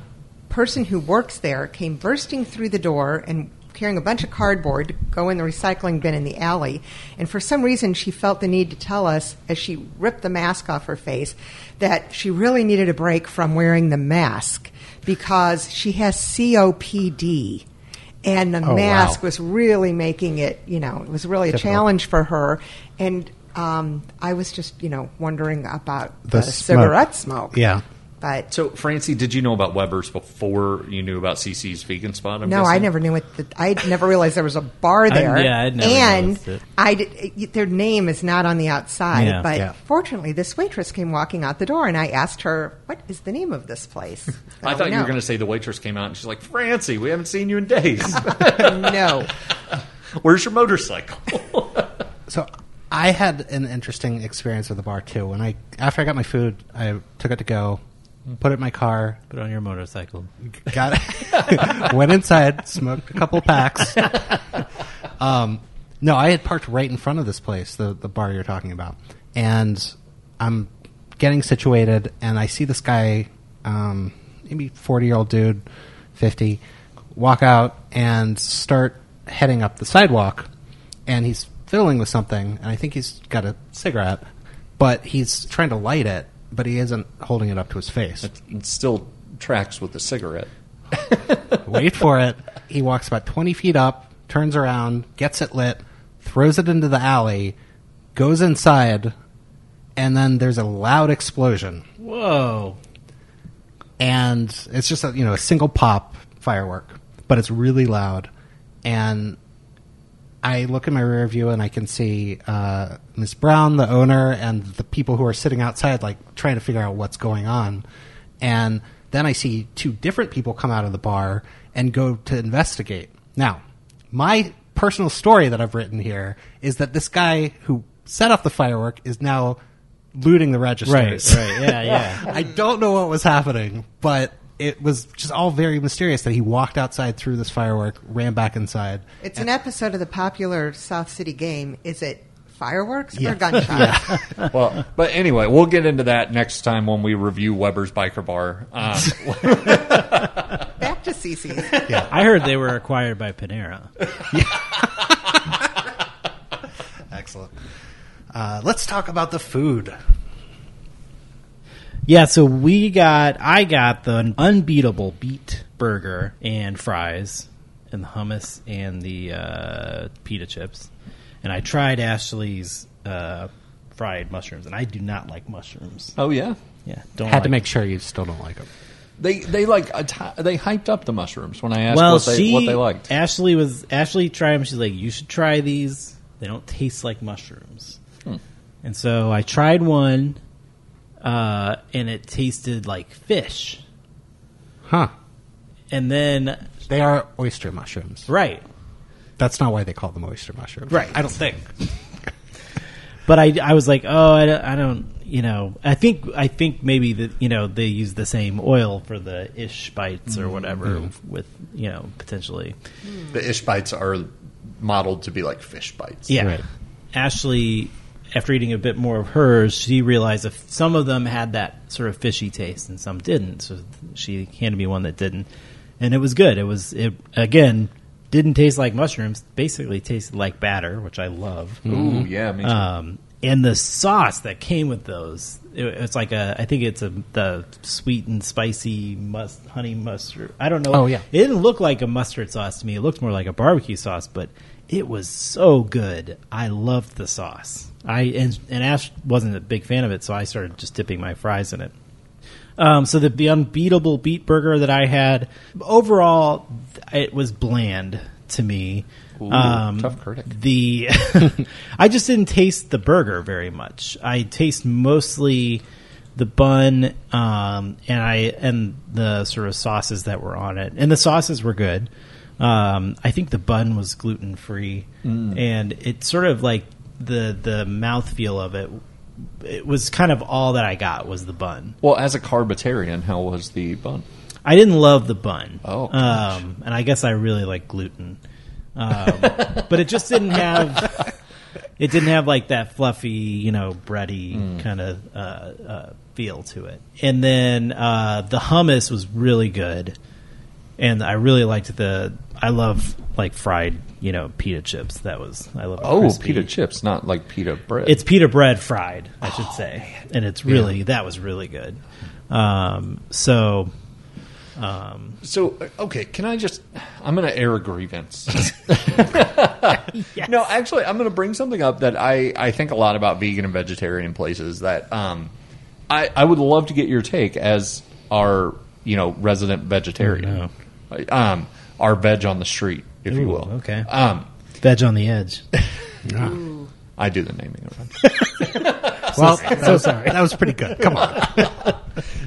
S3: person who works there came bursting through the door and carrying a bunch of cardboard to go in the recycling bin in the alley. And for some reason, she felt the need to tell us as she ripped the mask off her face that she really needed a break from wearing the mask because she has COPD. And the
S1: wow.
S3: mask was really making it, you know, it was really a
S1: Difficult.
S3: challenge for her. And um, I was just, you know, wondering about the,
S1: The smoke.
S3: cigarette smoke.
S1: Yeah.
S3: But
S2: So, Francie, did you know about Weber's before you knew about CC's vegan spot? I'm
S3: no, I
S2: guessing?
S3: never knew it. The, I never realized there was a bar there.
S4: yeah, I'd never
S3: and
S4: noticed it.
S3: I did, their name is not on the outside.
S4: Yeah.
S3: but
S1: Yeah.
S3: fortunately, this waitress came walking out the door, and I asked her, "What is the name of this place?"
S2: I thought you were going to
S3: to.
S2: say the waitress came out and she's like, Francie, we haven't seen you in days.
S3: No,
S2: Where's your motorcycle?
S1: So I had an interesting experience with the bar too. When I after I got my food, I took it to go, put it in my car,
S4: Put on your motorcycle.
S1: got went inside, smoked a couple packs, Um, no, I had parked right in front of this place, the the bar you're talking about, and I'm getting situated, and I see this guy, um, maybe forty year old dude, fifty, walk out and start heading up the sidewalk, and he's fiddling with something, and I think he's got a cigarette, but he's trying to light it, but he isn't holding it up to his face.
S2: It still tracks with the cigarette.
S1: Wait for it. He walks about 20 feet up, turns around, gets it lit, throws it into the alley, goes inside, and then there's a loud explosion.
S4: Whoa.
S1: And it's just a, you know, a single pop firework, but it's really loud. And I look in my rear view and I can see uh, Miss Brown, the owner, and the people who are sitting outside, like trying to figure out what's going on. And then I see two different people come out of the bar and go to investigate. Now, my personal story that I've written here is that this guy who set off the firework is now looting the registers.
S4: Right. Yeah. Yeah.
S1: I don't know what was happening, but it was just all very mysterious that he walked outside through this firework, ran back inside.
S3: It's an episode of the popular South City game. Is it fireworks
S1: Yeah.
S3: or gunshots?
S2: Well, but anyway, we'll get into that next time when we review Weber's Biker Bar. Uh,
S3: Back to Cece's.
S4: I heard they were acquired by Panera.
S1: Excellent. Uh, let's talk about the food.
S4: Yeah, so we got I got the unbeatable beat burger and fries and the hummus and the uh, pita chips, and I tried Ashley's uh, fried mushrooms, and I do not like mushrooms.
S2: oh yeah,
S4: Yeah, don't
S1: Had to
S4: like-
S1: make sure you still don't like them.
S2: they they like atti- they hyped up the mushrooms when I asked
S4: Well,
S2: what, they,
S4: she
S2: what they liked.
S4: Ashley was Ashley tried them. She's like, you should try these. They don't taste like mushrooms.
S2: Hmm.
S4: And so I tried one, uh, and it tasted like fish.
S1: Huh.
S4: And then
S1: They are oyster mushrooms.
S4: right,
S1: That's not why they call them oyster mushrooms.
S4: Right.
S1: I don't think.
S4: but I, I was like, oh, I don't, I don't, you know, I think, I think maybe that, you know, they use the same oil for the ish bites
S1: Mm-hmm.
S4: or whatever with, you know, potentially.
S2: The ish bites are modeled to be like fish bites.
S4: Yeah.
S1: Right.
S4: Ashley, after eating a bit more of hers, she realized if some of them had that sort of fishy taste and some didn't. So she handed me one that didn't. And it was good. It was, it, again, didn't taste like mushrooms, basically tasted like batter, which I love.
S2: Ooh, yeah, me too.
S4: Um, and the sauce that came with those, it, it's like a, I think it's a the sweet and spicy must honey mustard. I don't know.
S1: Oh, yeah.
S4: it didn't look like a mustard sauce to me. It looked more like a barbecue sauce, but it was so good. I loved the sauce. I and, and Ash wasn't a big fan of it, so I started just dipping my fries in it. Um, so the, the unbeatable beat burger that I had overall, th- it was bland to me. um,
S2: tough critic.
S4: The I just didn't taste the burger very much. I taste mostly the bun um, and I and the sort of sauces that were on it, and the sauces were good. Um, I think the bun was gluten free,
S2: Mm.
S4: and it sort of like the the mouthfeel of it. It was kind of all that I got was the bun.
S2: well, as a carbitarian, how was the bun?
S4: I didn't love the bun.
S2: Oh, gosh.
S4: um, and I guess I really like gluten, um, but it just didn't have. It didn't have like that fluffy, you know, bready
S2: Mm.
S4: kind of uh, uh, feel to it. And then uh, the hummus was really good, and I really liked the. I love like fried, you know, pita chips. That was I love. the
S2: Oh,
S4: crispy-
S2: pita chips, not like pita bread.
S4: it's pita bread fried, I should
S2: Oh,
S4: say, and it's really that was really good. Um, so um,
S2: So uh, okay, can I just? I'm going to air a grievance. No, actually, I'm going to bring something up that I I think a lot about vegan and vegetarian places. That um, I I would love to get your take as our you know resident vegetarian, um, our veg on the street, if you
S4: Ooh,
S2: will.
S4: okay.
S2: Um,
S4: Veg on the edge.
S2: I do the naming of it.
S1: Well, that, was, that was pretty good. Come on.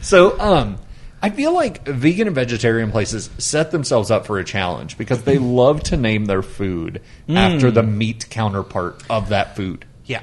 S2: So, um, I feel like vegan and vegetarian places set themselves up for a challenge because they love to name their food after the meat counterpart of that food.
S1: Yeah,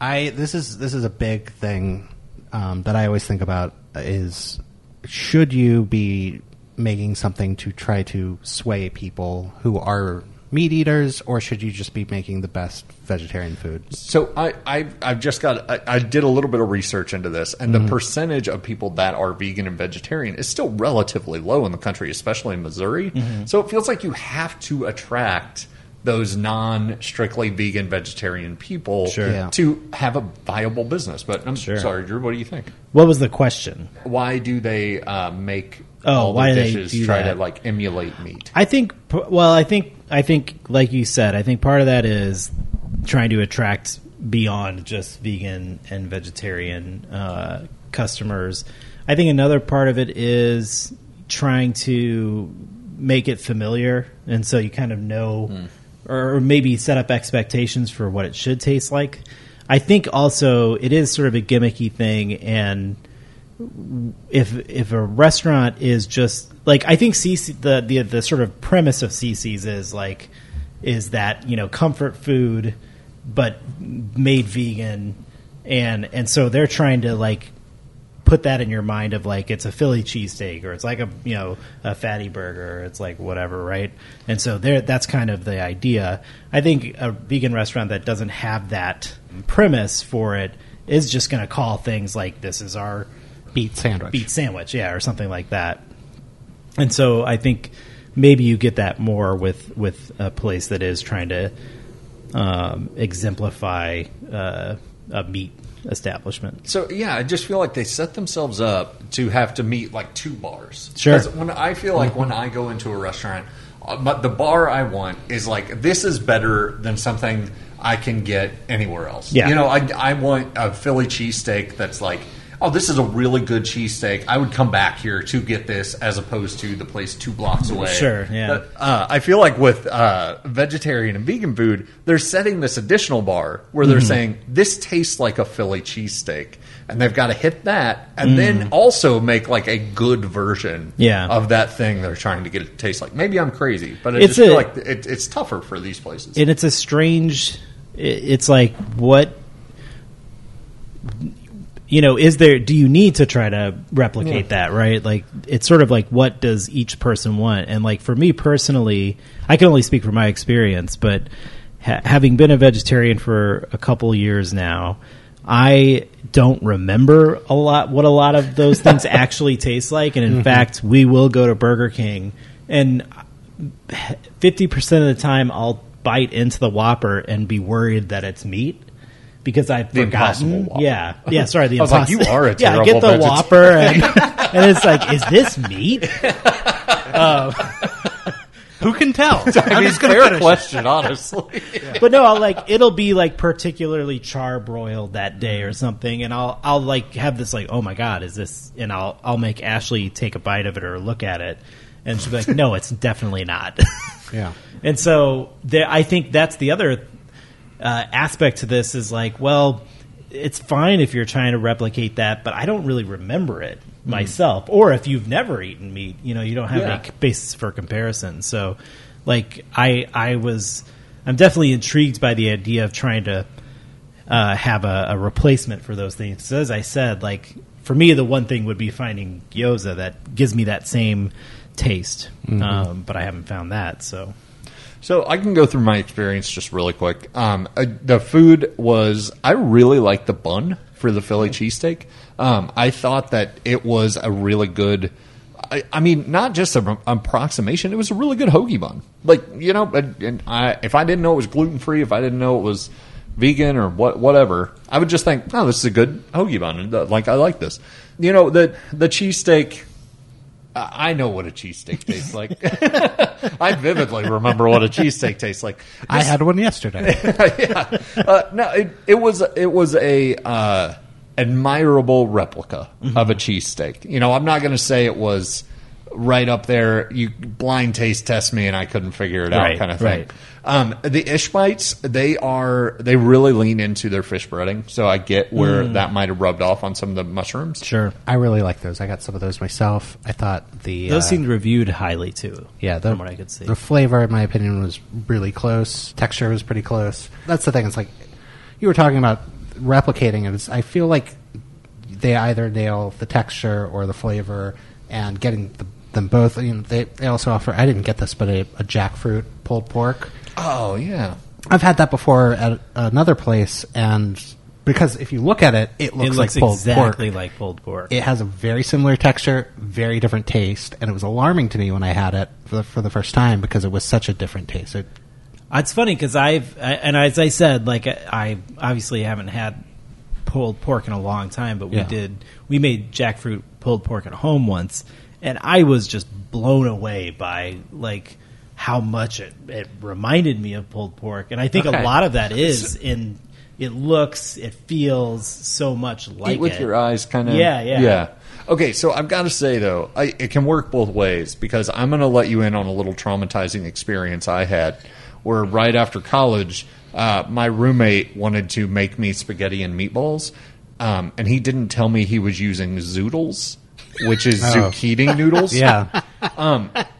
S1: I this is this is a big thing um, that I always think about is should you be making something to try to sway people who are meat eaters, or should you just be making the best vegetarian food?
S2: So I, I I've just got I, I did a little bit of research into this, and the percentage of people that are vegan and vegetarian is still relatively low in the country, especially in Missouri. So it feels like you have to attract those non strictly vegan vegetarian people
S4: Sure.
S1: Yeah.
S2: to have a viable business. But I'm sorry, Drew. What do you think?
S4: What was the question?
S2: Why do they uh, make
S4: Oh,
S2: all
S4: why do
S2: the
S4: they
S2: dishes
S4: do
S2: try
S4: that?
S2: to like emulate meat?
S4: I think. Well, I think. I think, like you said, I think part of that is trying to attract beyond just vegan and vegetarian uh, customers. I think another part of it is trying to make it familiar, and so you kind of know, or maybe set up expectations for what it should taste like. I think also it is sort of a gimmicky thing, and if if a restaurant is just like I think CC the the the sort of premise of CC's is like is that you know comfort food but made vegan and and so they're trying to like put that in your mind of like it's a Philly cheesesteak or it's like a you know a fatty burger or it's like whatever right and so there that's kind of the idea I think a vegan restaurant that doesn't have that premise for it is just going to call things like this is our
S1: Beet sandwich.
S4: beet sandwich, yeah, or something like that. And so I think maybe you get that more with with a place that is trying to um, exemplify uh, a meat establishment.
S2: So yeah, I just feel like they set themselves up to have to meet like two bars.
S4: Sure.
S2: 'Cause When I feel like when I go into a restaurant, uh, but the bar I want is like this is better than something I can get anywhere else.
S4: Yeah.
S2: You know, I I want a Philly cheesesteak that's like. Oh, this is a really good cheesesteak. I would come back here to get this as opposed to the place two blocks away.
S4: Mm, Sure, yeah.
S2: That- uh, I feel like with uh, vegetarian and vegan food, they're setting this additional bar where they're saying this tastes like a Philly cheesesteak, and they've got to hit that, and then also make like a good version
S4: Yeah.
S2: of that thing they're trying to get it to taste like. Maybe I'm crazy, but I
S4: It's
S2: just feel
S4: a-
S2: like it, it's tougher for these places.
S4: And it's a strange. i- It's like what you know. Is there? Do you need to try to replicate that? Right? Like it's sort of like what does each person want? And like for me personally, I can only speak from my experience, but ha- having been a vegetarian for a couple years now, I don't remember a lot what a lot of those things actually taste like. And in fact, we will go to Burger King, and fifty percent of the time I'll bite into the Whopper and be worried that it's meat because I've
S2: The Impossible
S4: forgotten.
S2: Whopper.
S4: Yeah, yeah. Sorry, the
S2: I was like,
S4: Impossible.
S2: you are a
S4: yeah. I
S2: terrible
S4: get the
S2: vegetarian.
S4: Whopper, and, and it's like, is this Um, meat?
S1: Who can tell?
S2: I
S1: I'm
S2: mean,
S1: just going to
S2: fair
S1: finish.
S2: question, honestly.
S4: But no, I'll like it'll be like particularly char broiled that day or something, and I'll I'll like have this like, oh my god, is this? And I'll I'll make Ashley take a bite of it or look at it, and she'll be like, no, it's definitely not.
S1: Yeah.
S4: And so there, I think that's the other uh, aspect to this is like, well, it's fine if you're trying to replicate that, but I don't really remember it myself. Or if you've never eaten meat, you know, you don't have
S2: Yeah.
S4: any c- basis for comparison. So, like, I I was I'm definitely intrigued by the idea of trying to uh, have a, a replacement for those things. So as I said, like for me, the one thing would be finding gyoza that gives me that same taste, um, but I haven't found that. So
S2: So I can go through my experience just really quick. Um, uh, the food was I really liked the bun for the Philly cheesesteak. Um, I thought that it was a really good. I, I mean, not just an approximation. It was a really good hoagie bun. Like you know, and, and I, if I didn't know it was gluten free, if I didn't know it was vegan or what, whatever, I would just think, oh, this is a good hoagie bun. And, uh, Like I like this. You know, the the cheesesteak. I I know what a cheesesteak tastes like. I vividly remember what a cheesesteak tastes like.
S1: I had one yesterday.
S2: yeah. Uh, no, it, it was it was a uh, admirable replica of a cheesesteak. You know, I'm not going to say it was right up there. You blind taste test me, and I couldn't figure it out,
S4: Right,
S2: kind of thing.
S4: right.
S2: Um, the Ishmites, they are they really lean into their fish breading, so I get where that might have rubbed off on some of the mushrooms.
S4: sure.
S1: I really like those. I got some of those myself. I thought the
S4: Those
S1: uh,
S4: seemed reviewed highly too.
S1: Yeah, the,
S4: from what I could see.
S1: the flavor, in my opinion, was really close. Texture was pretty close. That's the thing. It's like you were talking about replicating it. It's, I feel like they either nail the texture or the flavor, and getting the, them both. You know, they they also offer. I didn't get this, but a, a jackfruit pulled pork.
S2: Oh yeah.
S1: I've had that before at another place, and because if you look at it, it
S4: It
S1: looks,
S4: looks
S1: like pulled
S4: exactly
S1: pork.
S4: like pulled pork.
S1: It has a very similar texture, very different taste, and it was alarming to me when I had it for the, for the first time because it was such a different taste. It,
S4: It's funny because I've I- and as I said, like I I obviously haven't had pulled pork in a long time, but we
S1: Yeah.
S4: did we made jackfruit pulled pork at home once, and I was just blown away by like how much it, it reminded me of pulled pork, and I think
S2: Okay.
S4: a lot of that is in it looks it feels so much like
S2: eat with
S4: it.
S2: your eyes kind of
S4: Yeah, yeah.
S2: yeah okay so i've got to say though I, it can work both ways because i'm going to let you in on a little traumatizing experience i had where right after college uh, my roommate wanted to make me spaghetti and meatballs um, and he didn't tell me he was using zoodles which is
S4: Oh.
S2: zucchini noodles
S1: yeah,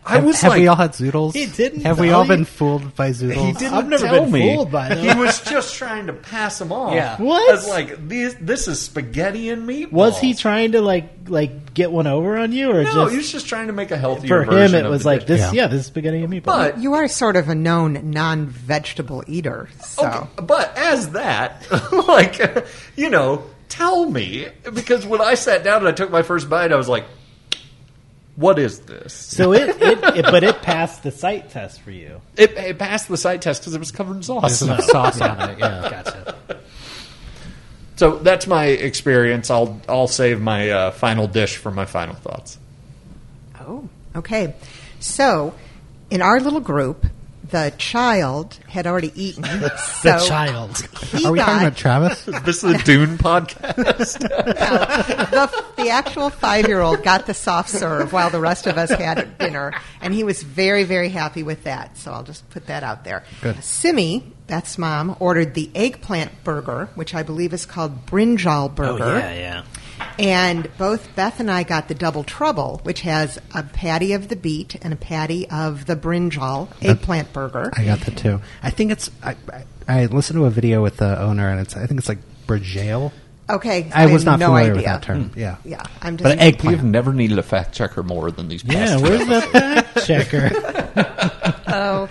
S2: i was
S1: have
S2: like
S1: we all had zoodles?
S4: He didn't
S1: Have we
S4: tell
S1: all
S4: you?
S1: been fooled by zoodles?
S2: He didn't
S4: I've never
S2: tell
S4: been
S2: me.
S4: fooled by
S2: He
S4: that.
S2: was just trying to pass them off.
S1: Yeah.
S4: What?
S2: As like this, this is spaghetti and meatballs.
S4: was he trying to like like get one over on you or
S2: No,
S4: just
S2: he was just trying to make a healthier
S4: for
S2: version
S4: him it
S2: of
S4: was
S2: the
S4: like
S2: dish.
S4: this
S1: Yeah.
S4: yeah. this is spaghetti and meatballs
S2: But
S3: You are sort of a known non-vegetable eater, so
S2: okay, but as that, like you know, tell me because when I sat down and I took my first bite, I was like, "What is this?"
S4: So it, it, it but it passed the sight test for you.
S2: It, it passed the sight test because it was covered in sauce.
S1: There's enough sauce on it. Yeah.
S4: Gotcha.
S2: So that's my experience. I'll I'll save my uh, final dish for my final thoughts.
S3: Oh, okay. So, in our little group, the child had already eaten. The
S4: The child.
S3: He
S1: Are we
S3: got
S1: talking about Travis?
S2: This is the Dune podcast.
S3: the, the actual five-year-old got the soft serve while the rest of us had dinner, and he was very, very happy with that. So I'll just put that out there.
S1: Good.
S3: Simi, that's mom, ordered the eggplant burger, which I believe is called brinjal burger.
S4: Oh, yeah.
S3: And both Beth and I got the double trouble, which has a patty of the beet and a patty of the brinjal eggplant burger.
S1: I got that too. I think it's. I, I, I listened to a video with the owner, and it's. I think it's like Brigale.
S3: Okay,
S1: I, was not
S3: have no
S1: familiar
S3: idea.
S1: with that term. Yeah,
S3: Yeah, I'm just.
S1: but eggplant.
S2: never needed a fact checker more than these.
S4: Yeah, where's that fact checker?
S3: Oh,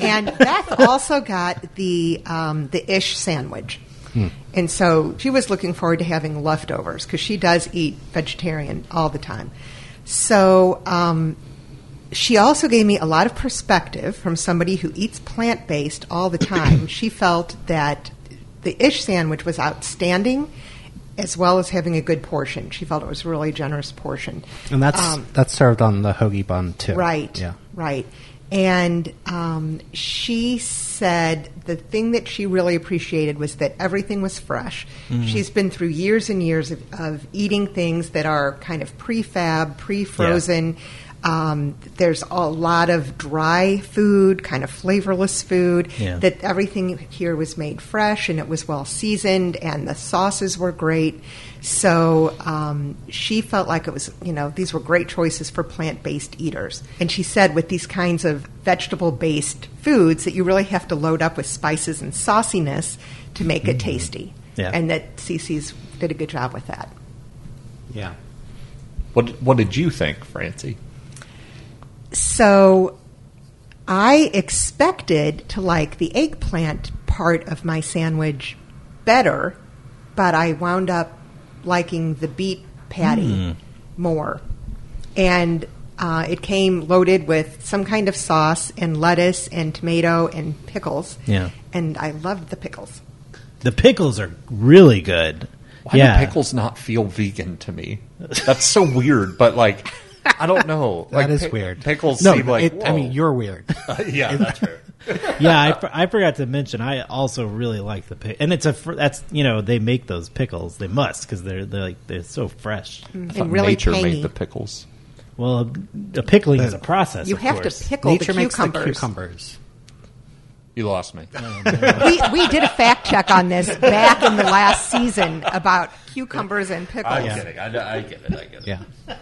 S3: and Beth also got the um, the ish sandwich,
S1: Hmm.
S3: and so she was looking forward to having leftovers because she does eat vegetarian all the time. So um, she also gave me a lot of perspective from somebody who eats plant based all the time. she felt that the ish sandwich was outstanding. As well as having a good portion, she felt it was a really generous portion.
S1: and that's
S3: Um,
S1: that's served on the hoagie bun too.
S3: Right.
S1: Yeah.
S3: Right. And um, she said the thing that she really appreciated was that everything was fresh.
S1: Mm-hmm.
S3: She's been through years and years of, of eating things that are kind of prefab, pre frozen. Um, there's a lot of dry food, kind of flavorless food.
S4: Yeah.
S3: That everything here was made fresh and it was well seasoned, and the sauces were great. So um, she felt like it was, you know, these were great choices for plant based eaters. And she said with these kinds of vegetable based foods that you really have to load up with spices and sauciness to make it tasty.
S4: Yeah.
S3: And that Cece's did a good job with that.
S1: Yeah.
S2: What What did you think, Francie?
S3: So I expected to like the eggplant part of my sandwich better, but I wound up liking the beet patty
S4: Hmm.
S3: more. And uh, it came loaded with some kind of sauce and lettuce and tomato and pickles.
S4: Yeah.
S3: And I loved the pickles.
S4: The pickles are really good.
S2: Why
S4: yeah.
S2: do pickles not feel vegan to me? That's so weird, but like, I don't know. That
S1: That
S2: like,
S1: is
S2: pi-
S1: weird.
S2: Pickles
S1: No,
S2: seem like.
S1: it- I
S2: whoa.
S1: mean, you're weird.
S2: yeah, that's fair.
S4: yeah, I, for- I forgot to mention. I also really like the pick, and it's a fr- that's you know they make those pickles. They must because they're they're like they're so fresh.
S3: And really tangy.
S2: pickles.
S4: Well, a, a pickling is a process.
S3: you
S4: of
S3: have
S4: course.
S3: to pickle
S1: Nature
S3: the
S1: makes the
S3: cucumbers.
S1: cucumbers.
S2: You lost me.
S3: we, we did a fact check on this back in the last season about cucumbers and pickles.
S2: I'm kidding. I, I get it. I get it.
S1: Oh, Yeah.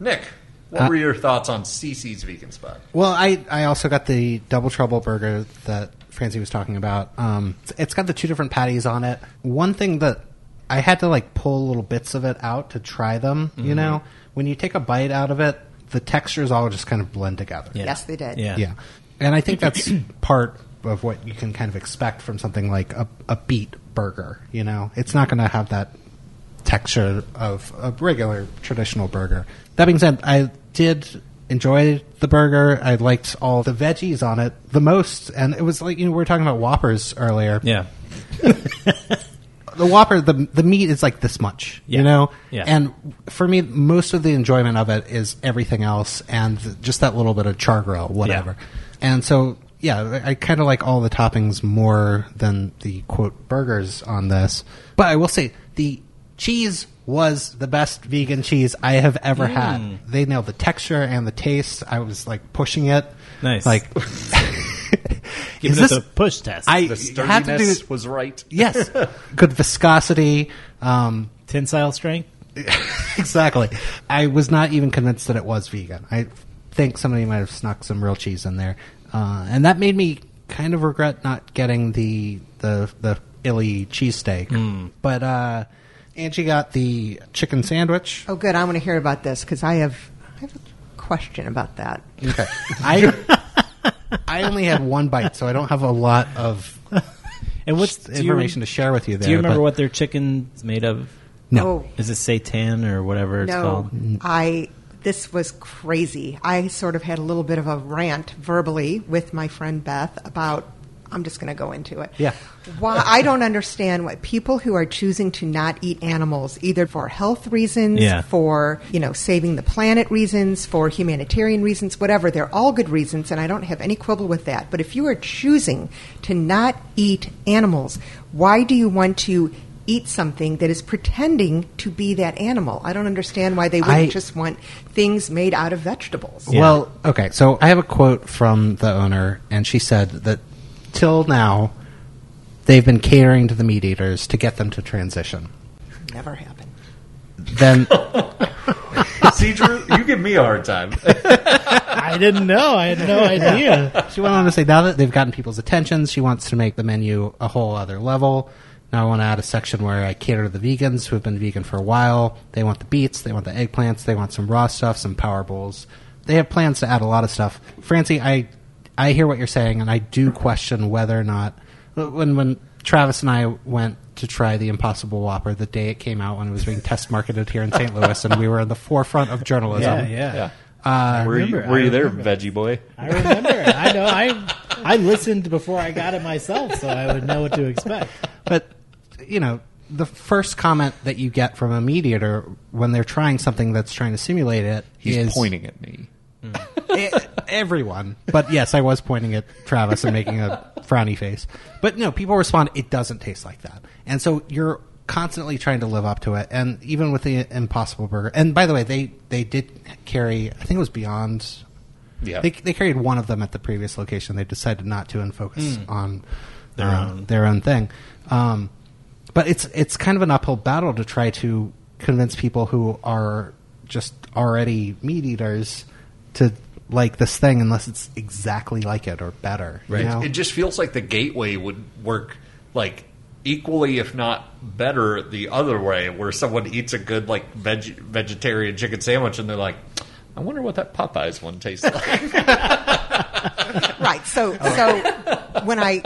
S2: Nick, what
S1: Uh,
S2: were your thoughts on CC's vegan spot?
S1: Well, I, I also got the double trouble burger that Francie was talking about. Um, it's- it's got the two different patties on it. One thing that I had to like pull little bits of it out to try them. You know, when you take a bite out of it, the textures all just kind of blend together.
S4: Yeah.
S3: Yes, they did.
S4: Yeah.
S1: Yeah. And I think that's part of what you can kind of expect from something like a, a beat burger. You know, it's not going to have that texture of a regular traditional burger. That being said, I did enjoy the burger. I liked all the veggies on it the most. And it was like, you know, we were talking about Whoppers earlier.
S6: Yeah.
S1: The Whopper, the, the meat is like this much,
S6: Yeah.
S1: you know?
S6: Yeah.
S1: And for me, most of the enjoyment of it is everything else and just that little bit of char grill, whatever. And so, yeah, I, I kind of like all the toppings more than the quote burgers on this. But I will say the cheese was the best vegan cheese I have ever had. They nailed the texture and the taste. I was like pushing it.
S6: Nice.
S1: Like,
S4: Give
S1: is
S4: it
S1: this,
S4: a push test.
S1: I
S2: The
S1: had to do,
S2: sturdiness was right.
S1: yes, good viscosity. Um,
S4: Tensile strength.
S1: exactly. I was not even convinced that it was vegan. I think somebody might have snuck some real cheese in there, uh, and that made me kind of regret not getting the the the illy cheesesteak.
S6: Hmm.
S1: But uh, Angie got the chicken sandwich.
S3: Oh, good. I want to hear about this because I have, I have a question about that.
S1: Okay, I I only had one bite, so I don't have a lot of
S6: And what's do you-
S1: information to share with you. There,
S6: Do you remember
S1: but-
S6: what their chicken's made of?
S1: No.
S3: Oh,
S6: Is it seitan or whatever it's
S3: no.
S6: called?
S3: I. This was crazy. I sort of had a little bit of a rant verbally with my friend Beth about. I'm just going to go into it.
S1: Yeah.
S3: Why I don't understand what people who are choosing to not eat animals, either for health reasons,
S6: Yeah.
S3: for you know saving the planet reasons, for humanitarian reasons, whatever. They're all good reasons, and I don't have any quibble with that. But if you are choosing to not eat animals, why do you want to? Eat something that is pretending to be that animal. I don't understand why they wouldn't
S1: I-
S3: just want things made out of vegetables.
S1: Well, okay. So I have a quote from the owner, and she said that till now they've been catering to the meat eaters to get them to transition.
S3: Never happened.
S1: Then
S2: See, Drew, you give me a hard time.
S4: I didn't know. I had no idea.
S1: she went on to say, now that they've gotten people's attentions, she wants to make the menu a whole other level. Now I want to add a section where I cater to the vegans who have been vegan for a while. They want the beets, they want the eggplants, they want some raw stuff, some power bowls. They have plans to add a lot of stuff. Francie, I I hear what you're saying, and I do question whether or not when when Travis and I went to try the Impossible Whopper the day it came out when it was being test marketed here in St. Louis, and we were on the forefront of journalism.
S4: Yeah, yeah.
S2: Yeah. were you,
S4: remember-
S2: were
S4: I
S2: you there, veggie boy?
S4: I remember. I know. I I listened before I got it myself, so I would know what to expect.
S1: but you know the first comment that you get from a mediator when they're trying something that's trying to simulate it
S2: He's
S1: is-
S2: pointing at me.
S1: e- everyone but yes i was pointing at travis and making a frowny face but no people respond it doesn't taste like that and so you're constantly trying to live up to it and even with the impossible burger and by the way they they did carry i think it was beyond
S2: Yeah.
S1: they, they carried one of them at the previous location. They decided not to and focus on their
S6: own.
S1: own their own thing. Um, but it's it's kind of an uphill battle to try to convince people who are just already meat eaters to like this thing unless it's exactly like it or better. you
S6: Right.
S1: know?
S2: It just feels like the gateway would work like equally, if not better, the other way, where someone eats a good like veg- vegetarian chicken sandwich and they're like, "I wonder what that Popeyes one tastes like."
S3: Right. So, so when I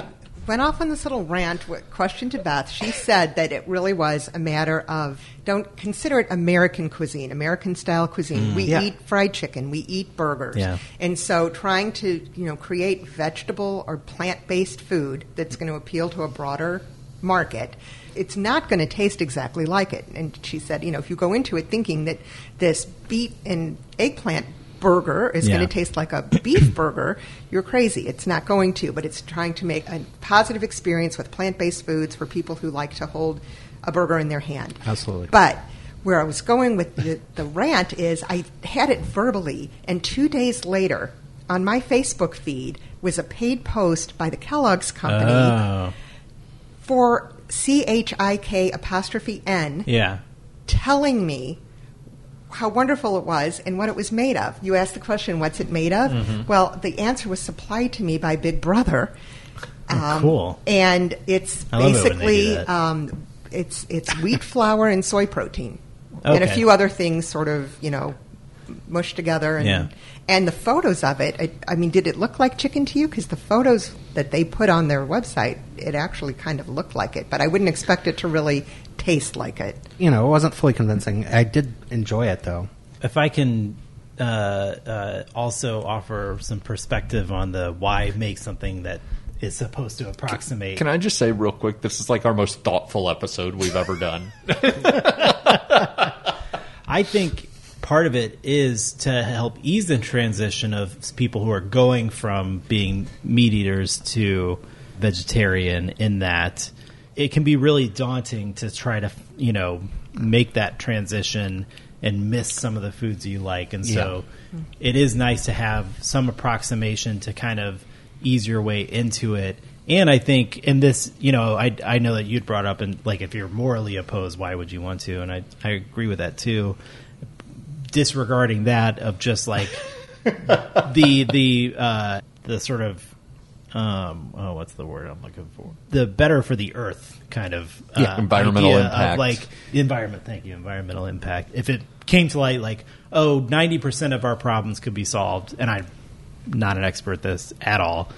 S3: went off on this little rant with question to Beth, she said that it really was a matter of don't consider it American cuisine, American style cuisine. we
S1: Yeah.
S3: eat fried chicken, we eat burgers,
S6: Yeah.
S3: and so trying to you know create vegetable or plant based food that's going to appeal to a broader market. It's not going to taste exactly like it. And she said, you know, if you go into it thinking that this beet and eggplant burger is
S6: Yeah.
S3: going to taste taste like a beef burger, you're crazy. It's not going to, but it's trying to make a positive experience with plant based foods for people who like to hold a burger in their hand.
S1: Absolutely.
S3: But where I was going with the, the rant is I had it verbally, and two days later on my Facebook feed was a paid post by the Kellogg's company
S6: Oh.
S3: for C H I K apostrophe N
S6: Yeah.
S3: telling me how wonderful it was and what it was made of. You asked the question, what's it made of?
S6: Mm-hmm.
S3: Well, the answer was supplied to me by Big Brother. Um,
S6: cool.
S3: And it's
S6: I love it when they do
S3: basically
S6: that.
S3: um, it's it's wheat flour and soy protein and a
S6: Okay.
S3: few other things, sort of you know mushed together. And,
S4: Yeah.
S3: and the photos of it, I, I mean, did it look like chicken to you? Because the photos that they put on their website, it actually kind of looked like it, but I wouldn't expect it to really taste like it.
S1: You know, it wasn't fully convincing. I did enjoy it though.
S4: If I can uh, uh, also offer some perspective on the why make something that is supposed to approximate.
S2: Can I just say real quick? This is like our most thoughtful episode we've ever done.
S4: I think part of it is to help ease the transition of people who are going from being meat eaters to vegetarian in that it can be really daunting to try to, you know, make that transition and miss some of the foods you like. And so it is nice to have some approximation to kind of ease your way into it. And I think in this, you know, I, I know that you'd brought up and like if you're morally opposed, why would you want to? And I, I agree with that too. Disregarding that of just like the the uh, the sort of um, oh what's the word I'm looking for the better for the earth kind of uh,
S2: Yeah, environmental
S4: idea of,
S2: impact.
S4: like the environment thank you environmental impact if it came to light like oh 90% of our problems could be solved and I'm not an expert at this at all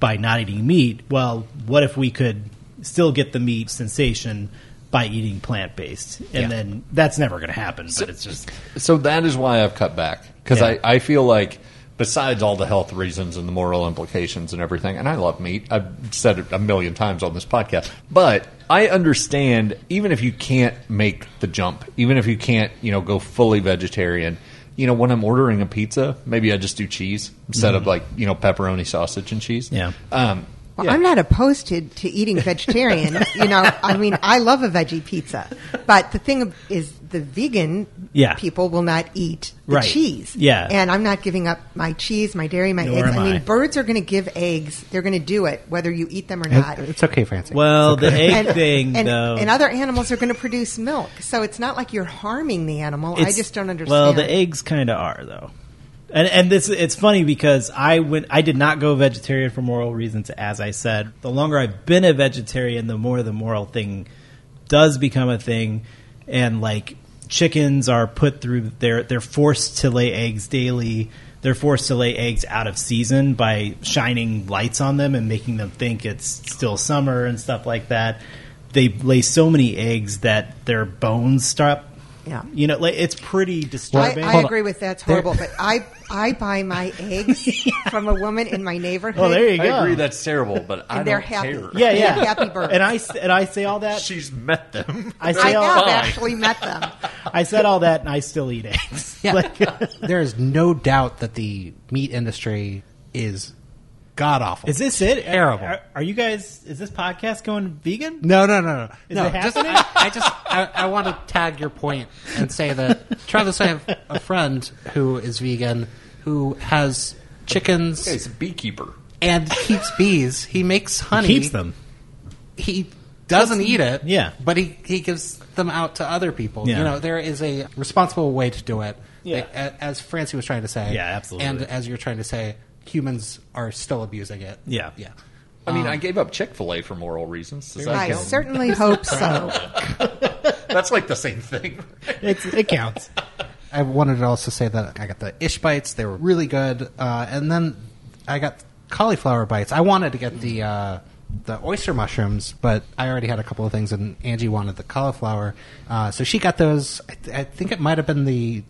S4: by not eating meat well what if we could still get the meat sensation by eating plant based and then that's never going to happen but it's just
S2: so that is why I've cut back because
S4: Yeah.
S2: I, I feel like besides all the health reasons and the moral implications and everything, and I love meat. I've said it a million times on this podcast, but I understand even if you can't make the jump, even if you can't you know go fully vegetarian. You know, when I'm ordering a pizza, maybe I just do cheese instead of like you know pepperoni, sausage, and cheese.
S4: Yeah.
S2: Um,
S3: Well,
S2: yeah.
S3: I'm not opposed to, to eating vegetarian. you know, I mean, I love a veggie pizza, but the thing of- is, the vegan
S4: Yeah.
S3: people will not eat the
S4: Right.
S3: cheese.
S4: Yeah.
S3: and I'm not giving up my cheese, my dairy, my
S4: Nor
S3: eggs.
S4: am
S3: I mean,
S4: I.
S3: birds are going to give eggs. They're going to do it, whether you eat them or not.
S1: It- it's okay, Francie.
S4: well the egg
S3: And,
S4: thing
S3: and,
S4: though
S3: and other animals are going to produce milk, so it's not like you're harming the animal. I
S4: It's-
S3: just don't understand.
S4: Well, the eggs kind of are though, and and this it's funny because I went I did not go vegetarian for moral reasons. As I said, the longer I've been a vegetarian, the more the moral thing does become a thing, and like chickens are put through they're they're forced to lay eggs daily. They're forced to lay eggs out of season by shining lights on them and making them think it's still summer and stuff like that. They lay so many eggs that their bones stop.
S3: Yeah.
S4: You know, like it's pretty
S3: I,
S4: disturbing.
S3: I agree with that's horrible, but I I buy my eggs from a woman in my neighborhood.
S4: Well, Oh, there you go.
S2: I agree that's terrible, but I
S3: And they're
S2: don't
S3: happy.
S2: care.
S4: yeah, yeah.
S3: Happy birds.
S4: And I s- and I say all that.
S2: She's met them.
S4: I
S3: I
S4: say all
S3: have
S2: Fine.
S3: actually met them.
S4: I said all that, and I still eat eggs.
S1: Yeah.
S4: Like,
S1: there is no doubt that the meat industry is god awful.
S4: is this it?
S1: Terrible.
S4: Are, are you guys? Is this podcast going vegan?
S1: No, no, no, no.
S4: Is
S1: no
S4: it
S1: just,
S4: happening?
S1: I, I just I, I want to tag your point and say that Travis, I have a friend who is vegan who has chickens
S2: He's a beekeeper.
S1: and keeps bees. He makes honey.
S4: Keeps them.
S1: He doesn't eat it.
S4: Yeah.
S1: But he, he gives them out to other people.
S4: Yeah.
S1: You know, there is a responsible way to do it.
S4: Yeah.
S1: Like, a- as Francie was trying to say.
S4: Yeah, absolutely.
S1: And as you're trying to say, humans are still abusing it.
S4: Yeah.
S1: Yeah.
S2: I
S4: Um,
S2: mean, I gave up Chick Fil A for moral reasons. Does that
S3: I
S2: count?
S3: certainly hope so.
S2: That's like the same thing.
S4: It's, it counts.
S1: I wanted to also say that I got the ish bites; they were really good. Uh, and then I got cauliflower bites. I wanted to get the uh, the oyster mushrooms, but I already had a couple of things, and Angie wanted the cauliflower, uh, so she got those. I, th- I think it might have been the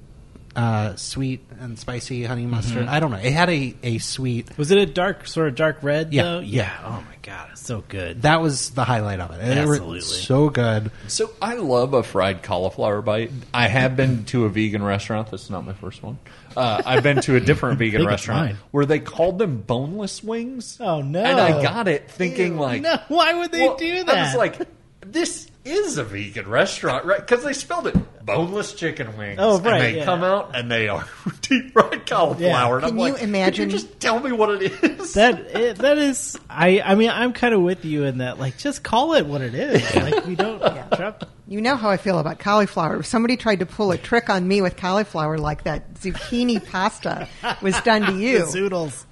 S1: uh, sweet and spicy
S4: Mm-hmm.
S1: honey mustard. I don't know. It had a a sweet.
S4: Was it a dark sort of dark red?
S1: Yeah.
S4: Though? Yeah. Oh my god, it's so good.
S1: That was the highlight of it. It was
S4: Absolutely.
S1: so good.
S2: So I love a fried cauliflower bite. I have been to a vegan restaurant. That's not my first one. Uh, I've been to a different vegan
S4: think it's
S2: restaurant
S4: mine.
S2: where they called them boneless wings.
S4: Oh, no.
S2: And I got it thinking like,
S4: no, why would they
S2: well,
S4: do
S2: I was
S4: that?
S2: like, this is a vegan restaurant, right? Because they spelled it boneless chicken wings.
S4: Oh, right,
S2: And they
S4: yeah.
S2: come out and they are deep fried cauliflower.
S4: Yeah.
S2: And I'm
S3: Can
S2: like,
S3: you
S2: could
S3: imagine-
S2: just tell me what it is.
S4: that it, that is I I mean I'm kind of with you in that like just call it what it is like we don't drop
S3: You know how I feel about cauliflower. If somebody tried to pull a trick on me with cauliflower like that zucchini pasta was done to you.
S4: zoodles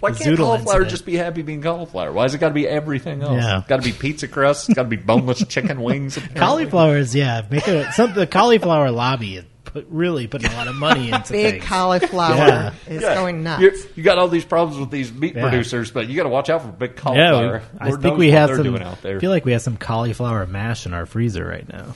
S2: Why
S4: The
S2: can't
S4: zoodle
S2: cauliflower
S4: incident.
S2: just be happy being cauliflower? Why has it got to be everything else?
S4: Yeah.
S2: Got to be pizza crust. Got to be boneless chicken wings. apparently.
S4: cauliflowers yeah make it some the cauliflower lobby put, really putting a lot of money into
S3: Big
S4: things.
S3: cauliflower
S4: Yeah.
S3: is
S2: Yeah.
S3: going nuts.
S2: You're- you got all these problems with these meat
S4: Yeah.
S2: producers, but you got to watch out for big
S4: Yeah,
S2: cauliflower.
S4: we- I
S2: Lord
S4: think
S2: knows
S4: we
S2: what
S4: have
S2: they're
S4: some.
S2: doing out there. Hmm.
S4: I feel like we have some cauliflower mash in our freezer right now.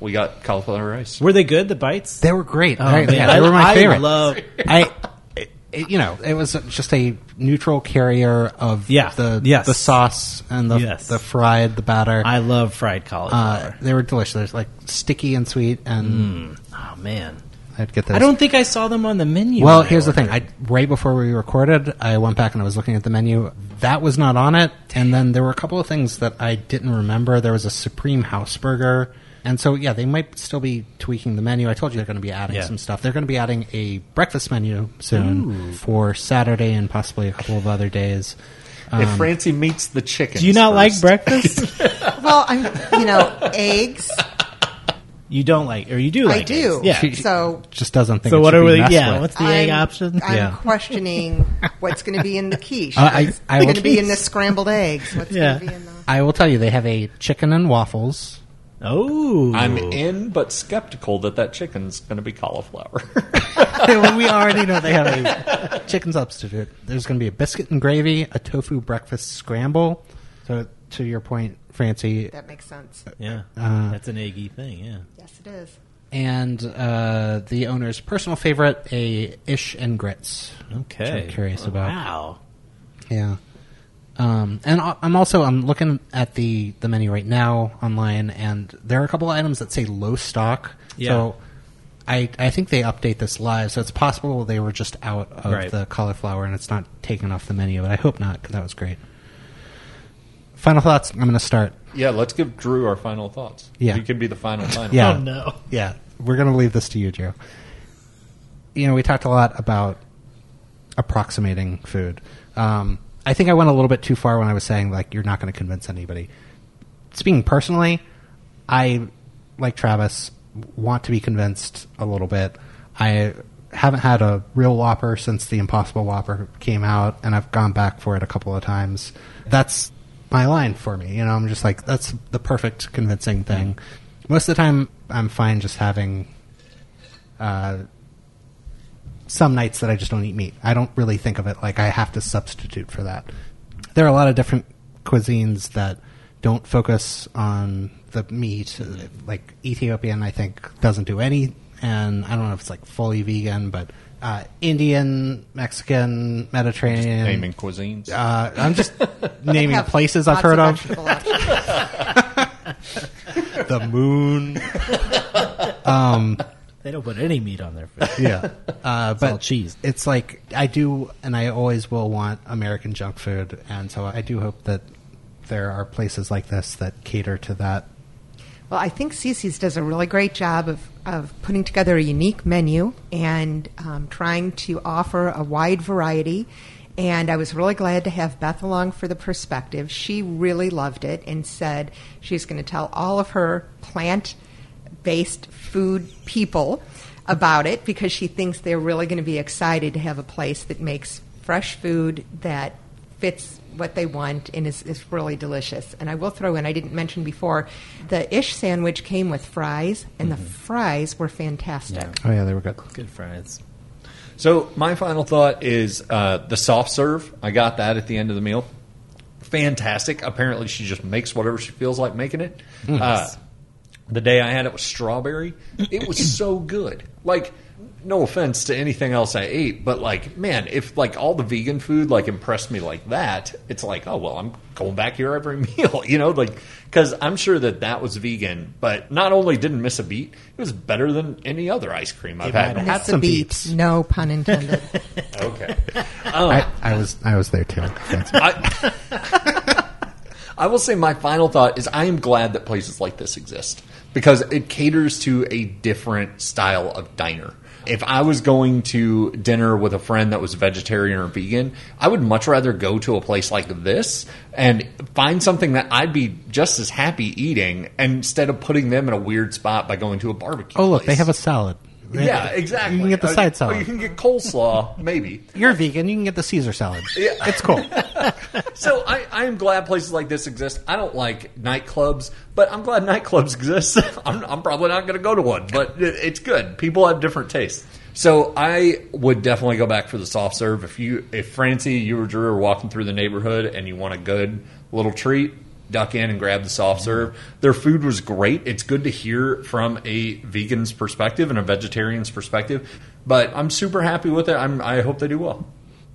S2: we got cauliflower rice.
S6: Were they good? The bites?
S1: They were great.
S4: Oh,
S1: I-
S4: man.
S1: yeah, they were my
S6: I
S1: favorite.
S6: love-
S1: I, it, it- you know, it was just a neutral carrier of
S6: Yeah.
S1: the
S6: Yes.
S1: the sauce and the
S6: Yes.
S1: the fried the batter.
S6: I love fried
S1: uh,
S6: cauliflower.
S1: they were delicious, They're, like sticky and sweet, and
S6: oh man,
S1: I'd get this.
S6: I don't think I saw them on the menu.
S1: well,
S6: when I
S1: here's the
S6: ordered.
S1: thing. I right before we recorded, I went back and I was looking at the menu. That was not on it, and then there were a couple of things that I didn't remember. There was a supreme house burger, and so yeah, they might still be tweaking the menu. I told you they're going to be adding
S6: Yeah.
S1: some stuff. They're going to be adding a breakfast menu soon for Saturday and possibly a couple of other days.
S2: if Francie meets the chicken,
S6: Do you not like breakfast?
S3: Well, I'm, you know, eggs.
S6: you don't like, or you do
S3: I
S6: like?
S3: do.
S6: eggs. Yeah.
S3: So
S1: Just doesn't think.
S6: So
S1: it
S6: what
S1: should
S6: are
S1: be
S6: we?
S1: messed
S6: Yeah.
S1: with.
S6: What's the egg
S3: I'm-
S6: option?
S3: I'm
S6: yeah.
S3: questioning what's going to be in the quiche.
S1: Uh, I-
S3: what's
S1: I will-
S3: going to be in the scrambled eggs? What's
S6: Yeah.
S3: going to be in the?
S1: I will tell you, they have a chicken and waffles.
S6: Oh,
S2: I'm in, but skeptical that that chicken's going to be cauliflower.
S1: we already know they have a chicken substitute. There's going to be a biscuit and gravy, a tofu breakfast scramble. So, to your point, Francie,
S3: That makes sense.
S6: Yeah, that's an eggy thing.
S1: Uh,
S6: Yeah.
S3: Yes, it is.
S1: and uh, the owner's personal favorite, a ish and grits.
S6: Okay.
S1: I'm curious about.
S6: Wow.
S1: Yeah. Um, and I- I'm also I'm looking at the the menu right now online, and there are a couple items that say low stock.
S6: Yeah.
S1: So I I think they update this live, so it's possible they were just out of
S6: Right.
S1: the cauliflower and it's not taken off the menu. But I hope not because that was great. Final thoughts. I'm going to start.
S2: yeah, let's give Drew our final thoughts.
S1: Yeah.
S2: you can be the final final.
S1: Yeah.
S4: Oh no.
S1: Yeah, we're going to leave this to you, Joe. You know, we talked a lot about approximating food. Um, I think I went a little bit too far when I was saying like you're not going to convince anybody. Speaking personally, I like Travis want to be convinced a little bit. I haven't had a real Whopper since the Impossible Whopper came out, and I've gone back for it a couple of times. That's my line for me. You know, I'm just like that's the perfect convincing thing. Most of the time, I'm fine just having some nights that I just don't eat meat. I don't really think of it like I have to substitute for that. There are a lot of different cuisines that don't focus on the meat. Like Ethiopian, I think, doesn't do any, and I don't know if it's like fully vegan, but uh, Indian, Mexican, Mediterranean.
S2: Naming cuisines.
S1: Uh, I'm just naming the
S3: Have
S1: places I've
S3: lots
S1: heard of
S3: vegetable options.
S1: the moon.
S6: They don't put any meat on their food.
S1: yeah. Uh, but
S6: all cheese.
S1: It's like I do, and I always will want American junk food, and so I do hope that there are places like this that cater to that.
S3: Well, I think Cece's does a really great job of, of putting together a unique menu and um, trying to offer a wide variety. And I was really glad to have Beth along for the perspective. She really loved it and said she's going to tell all of her plant based food people about it because she thinks they're really going to be excited to have a place that makes fresh food that fits what they want and is, is really delicious. And I will throw in, I didn't mention before, the ish sandwich came with fries, and the fries were fantastic.
S1: Oh yeah, they were good.
S6: Good fries.
S2: So my final thought is uh, the soft serve. I got that at the end of the meal. Fantastic. Apparently, she just makes whatever she feels like making it. Uh, the day I had it was strawberry. It was so good. Like, no offense to anything else I ate, but like, man, if like all the vegan food like impressed me like that, it's like, oh well, I'm going back here every meal, you know, like because I'm sure that that was vegan, but not only didn't miss a beat, it was better than any other ice cream I've had. in a
S3: Miss
S1: Had some
S3: a beat,
S1: beeps.
S3: no pun intended.
S2: while. Okay. Oh.
S1: I, I was I was there too. That's-
S2: I, I will say my final thought is I am glad that places like this exist because it caters to a different style of diner. If I was going to dinner with a friend that was vegetarian or vegan, I would much rather go to a place like this and find something that I'd be just as happy eating instead of putting them in a weird spot by going to a barbecue.
S1: oh look, they
S2: place.
S1: have a salad.
S2: Yeah, exactly.
S1: You can get the
S2: Uh,
S1: side
S2: Or you
S1: salad.
S2: can get coleslaw, maybe.
S1: You're vegan. You can get the Caesar salad. Yeah. It's cool.
S2: So I, I'm glad places like this exist. I don't like nightclubs, but I'm glad nightclubs exist. I'm, I'm probably not going to go to one, but it, it's good. People have different tastes. So I would definitely go back for the soft serve. If you, if Francie, you or Drew are walking through the neighborhood and you want a good little treat, duck in and grab the soft serve. Their food was great. It's good to hear from a vegan's perspective and a vegetarian's perspective. But I'm super happy with it. I'm, I hope they do well.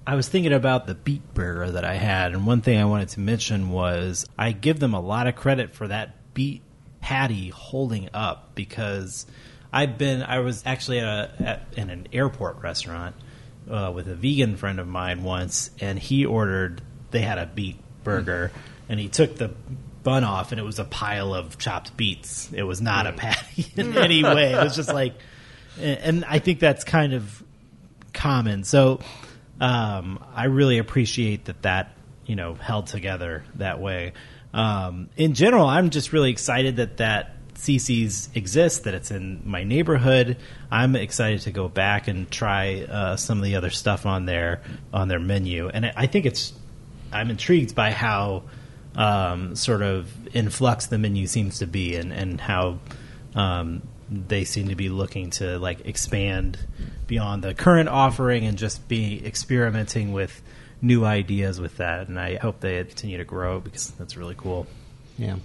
S4: I was thinking about the beet burger that I had, and one thing I wanted to mention was I give them a lot of credit for that beet patty holding up because I've been I was actually at, a, at in an airport restaurant uh, with a vegan friend of mine once, and he ordered they had a beet burger, and he took the bun off, and it was a pile of chopped beets. It was not a patty in any way. It was just like, and- and I think that's kind of common. So um, I really appreciate that that you know held together that way. Um, in general, I'm just really excited that that CC's exists, that it's in my neighborhood. I'm excited to go back and try uh, some of the other stuff on their on their menu, and I- I think it's I'm intrigued by how um, sort of in flux the menu seems to be, and and how um, they seem to be looking to like expand beyond the current offering and just be experimenting with new ideas with that. And I hope they continue to grow because that's really cool.
S1: Yeah.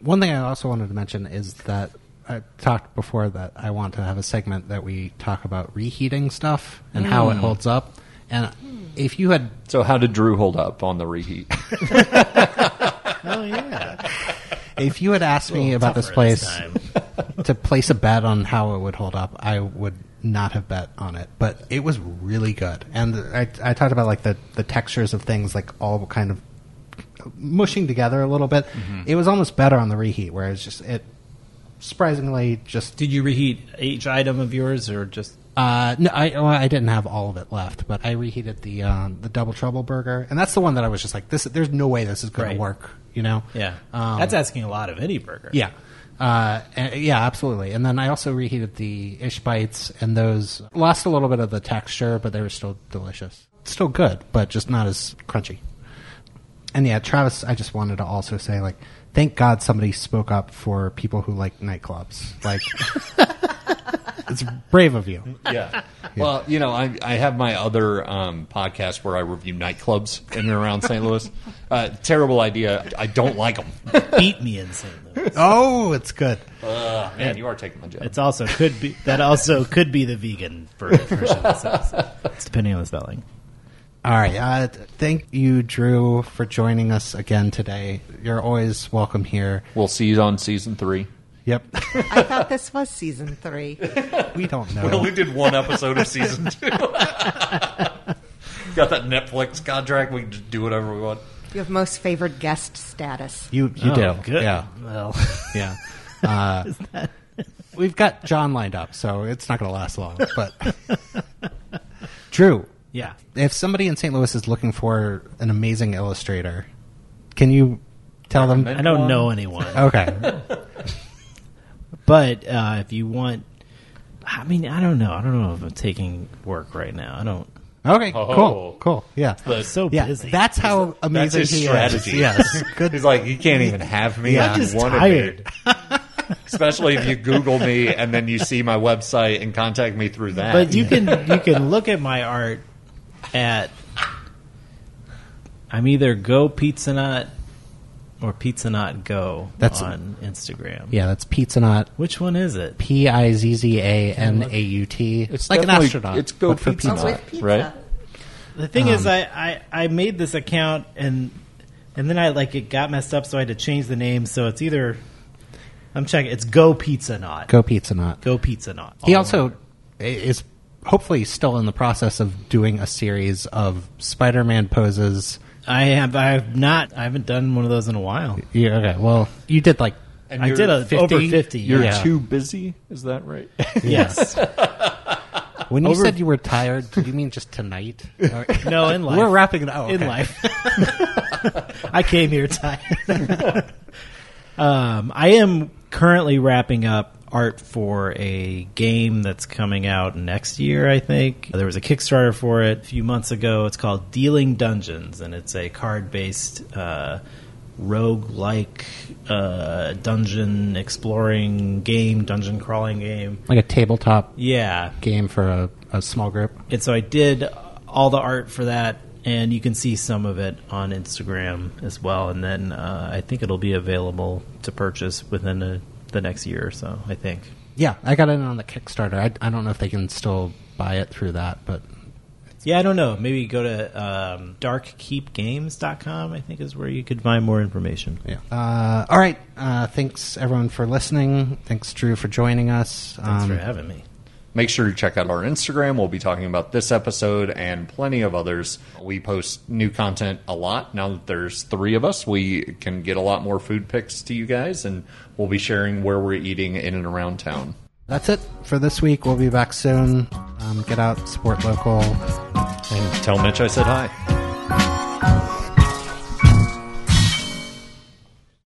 S1: One thing I also wanted to mention is that I talked before that I want to have a segment that we talk about reheating stuff and how
S2: Mm.
S1: it holds up. And if you had,
S2: So how did Drew hold up on the reheat?
S4: Oh yeah,
S1: if you had asked me about this place to place a bet on how it would hold up, I would not have bet on it. But it was really good, and I, I talked about like the the textures of things like all kind of mushing together a little bit.
S4: Mm-hmm.
S1: It was almost better on the reheat, where it's just it surprisingly just
S4: Did you reheat each item of yours or just?
S1: Uh, no, I well, I didn't have all of it left, but I reheated the um, the double trouble burger, and that's the one that I was just like, this. There's no way this is going
S4: Right.
S1: to work, you know?
S4: Yeah,
S1: um,
S4: that's asking a lot of any burger.
S1: yeah, uh, and- yeah, absolutely. And then I also reheated the ish bites, and those lost a little bit of the texture, but they were still delicious, still good, but just not as crunchy. And yeah, Travis, I just wanted to also say like, thank God somebody spoke up for people who like nightclubs, like. It's brave of you.
S2: yeah. Well, you know, I, I have my other um, podcast where I review nightclubs in and around St. Louis. Uh, terrible idea. I don't like them.
S4: beat me in St. Louis.
S1: Oh, it's good.
S2: Ah, Man, you are taking my job.
S4: It's also could be that also could be the vegan ver- version. of this episode. It's depending on the spelling.
S1: All right. Uh, th- thank you, Drew, for joining us again today. You're always welcome here.
S2: we'll see you on season three.
S1: Yep.
S3: I thought this was season three.
S1: we don't
S2: We
S1: know.
S2: only did one episode of season two. Got that Netflix contract. We can just do whatever we want.
S3: You have most favored guest status.
S1: You you do.
S4: Oh, good.
S1: Yeah.
S4: Well,
S1: Yeah. Uh, we've got John lined up, so it's not going to last long. But Drew,
S4: yeah.
S1: if somebody in St. Louis is looking for an amazing illustrator, can you tell them?
S4: I don't know anyone,
S1: Okay.
S4: uh, but uh, if you want, I mean, I don't know. I don't know if I'm taking work right now. I don't.
S1: Okay.
S2: Oh.
S1: Cool. Cool. Yeah.
S4: I'm so
S1: Yeah.
S4: busy.
S1: That's how
S2: That's
S1: amazing
S2: his
S1: he
S2: strategy.
S1: is. Yes. Good
S2: He's like, you can't even have me.
S1: Yeah.
S2: if you
S1: I'm just
S2: wanted me."
S4: tired.
S2: Especially if you Google me and then you see my website and contact me through that.
S4: but you can you can look at my art at. I'm either Go Pizza Nut or Pizza Nut Go
S1: That's-
S4: on Instagram.
S1: Yeah, that's Pizza Nut.
S4: Which one is it?
S1: P I Z Z A N A U T. It's like an
S2: definitely-
S1: astronaut.
S2: it's go
S1: but for
S2: pizza.
S1: pizza.
S2: Oh, with pizza. Right.
S4: The thing
S1: Um,
S4: is, I, I I made this account and and then I like it got messed up, so I had to change the name. So it's either I'm checking. It's Go Pizza Not. Go,
S1: Go Pizza Nut.
S4: Pizza Not.
S1: He also i- is hopefully still in the process of doing a series of Spider-Man poses.
S4: I have I have not I haven't done one of those in a while.
S1: Yeah, okay. Well, you did like
S2: And
S4: I
S2: you're
S4: did a
S1: 50?
S4: over fifty.
S2: You're
S4: yeah.
S2: too busy. Is that right?
S4: yes.
S1: when you
S4: Over-
S1: said you were tired. Did you mean just tonight? Or-
S4: No, in life.
S1: We're wrapping it up. Oh,
S4: in
S1: okay.
S4: life. I came here tired. um, I am currently wrapping up art for a game that's coming out next year, I think. There was a Kickstarter for it a few months ago. It's called Dealing Dungeons, and it's a card based uh, rogue-like uh, dungeon exploring game, dungeon crawling game.
S1: Like a tabletop
S4: Yeah,
S1: game for a, a small group.
S4: and so I did all the art for that, and you can see some of it on Instagram as well. And then uh, I think it'll be available to purchase within a, the next year or so. I think.
S1: Yeah, I got it on the Kickstarter. I, I don't know if they can still buy it through that, but
S4: Yeah, I don't know. Maybe go to um, darkkeepgames.com, I think is where you could find more information.
S1: yeah. Uh, all right. Uh, thanks everyone for listening. Thanks Drew for joining us.
S4: Thanks
S1: Um,
S4: for having me.
S2: Make sure you check out our Instagram. We'll be talking about this episode and plenty of others. We post new content a lot. Now that there's three of us, we can get a lot more food picks to you guys, and we'll be sharing where we're eating in and around town.
S1: That's it for this week. We'll be back soon. Um, get out, support local.
S2: And tell Mitch I said hi.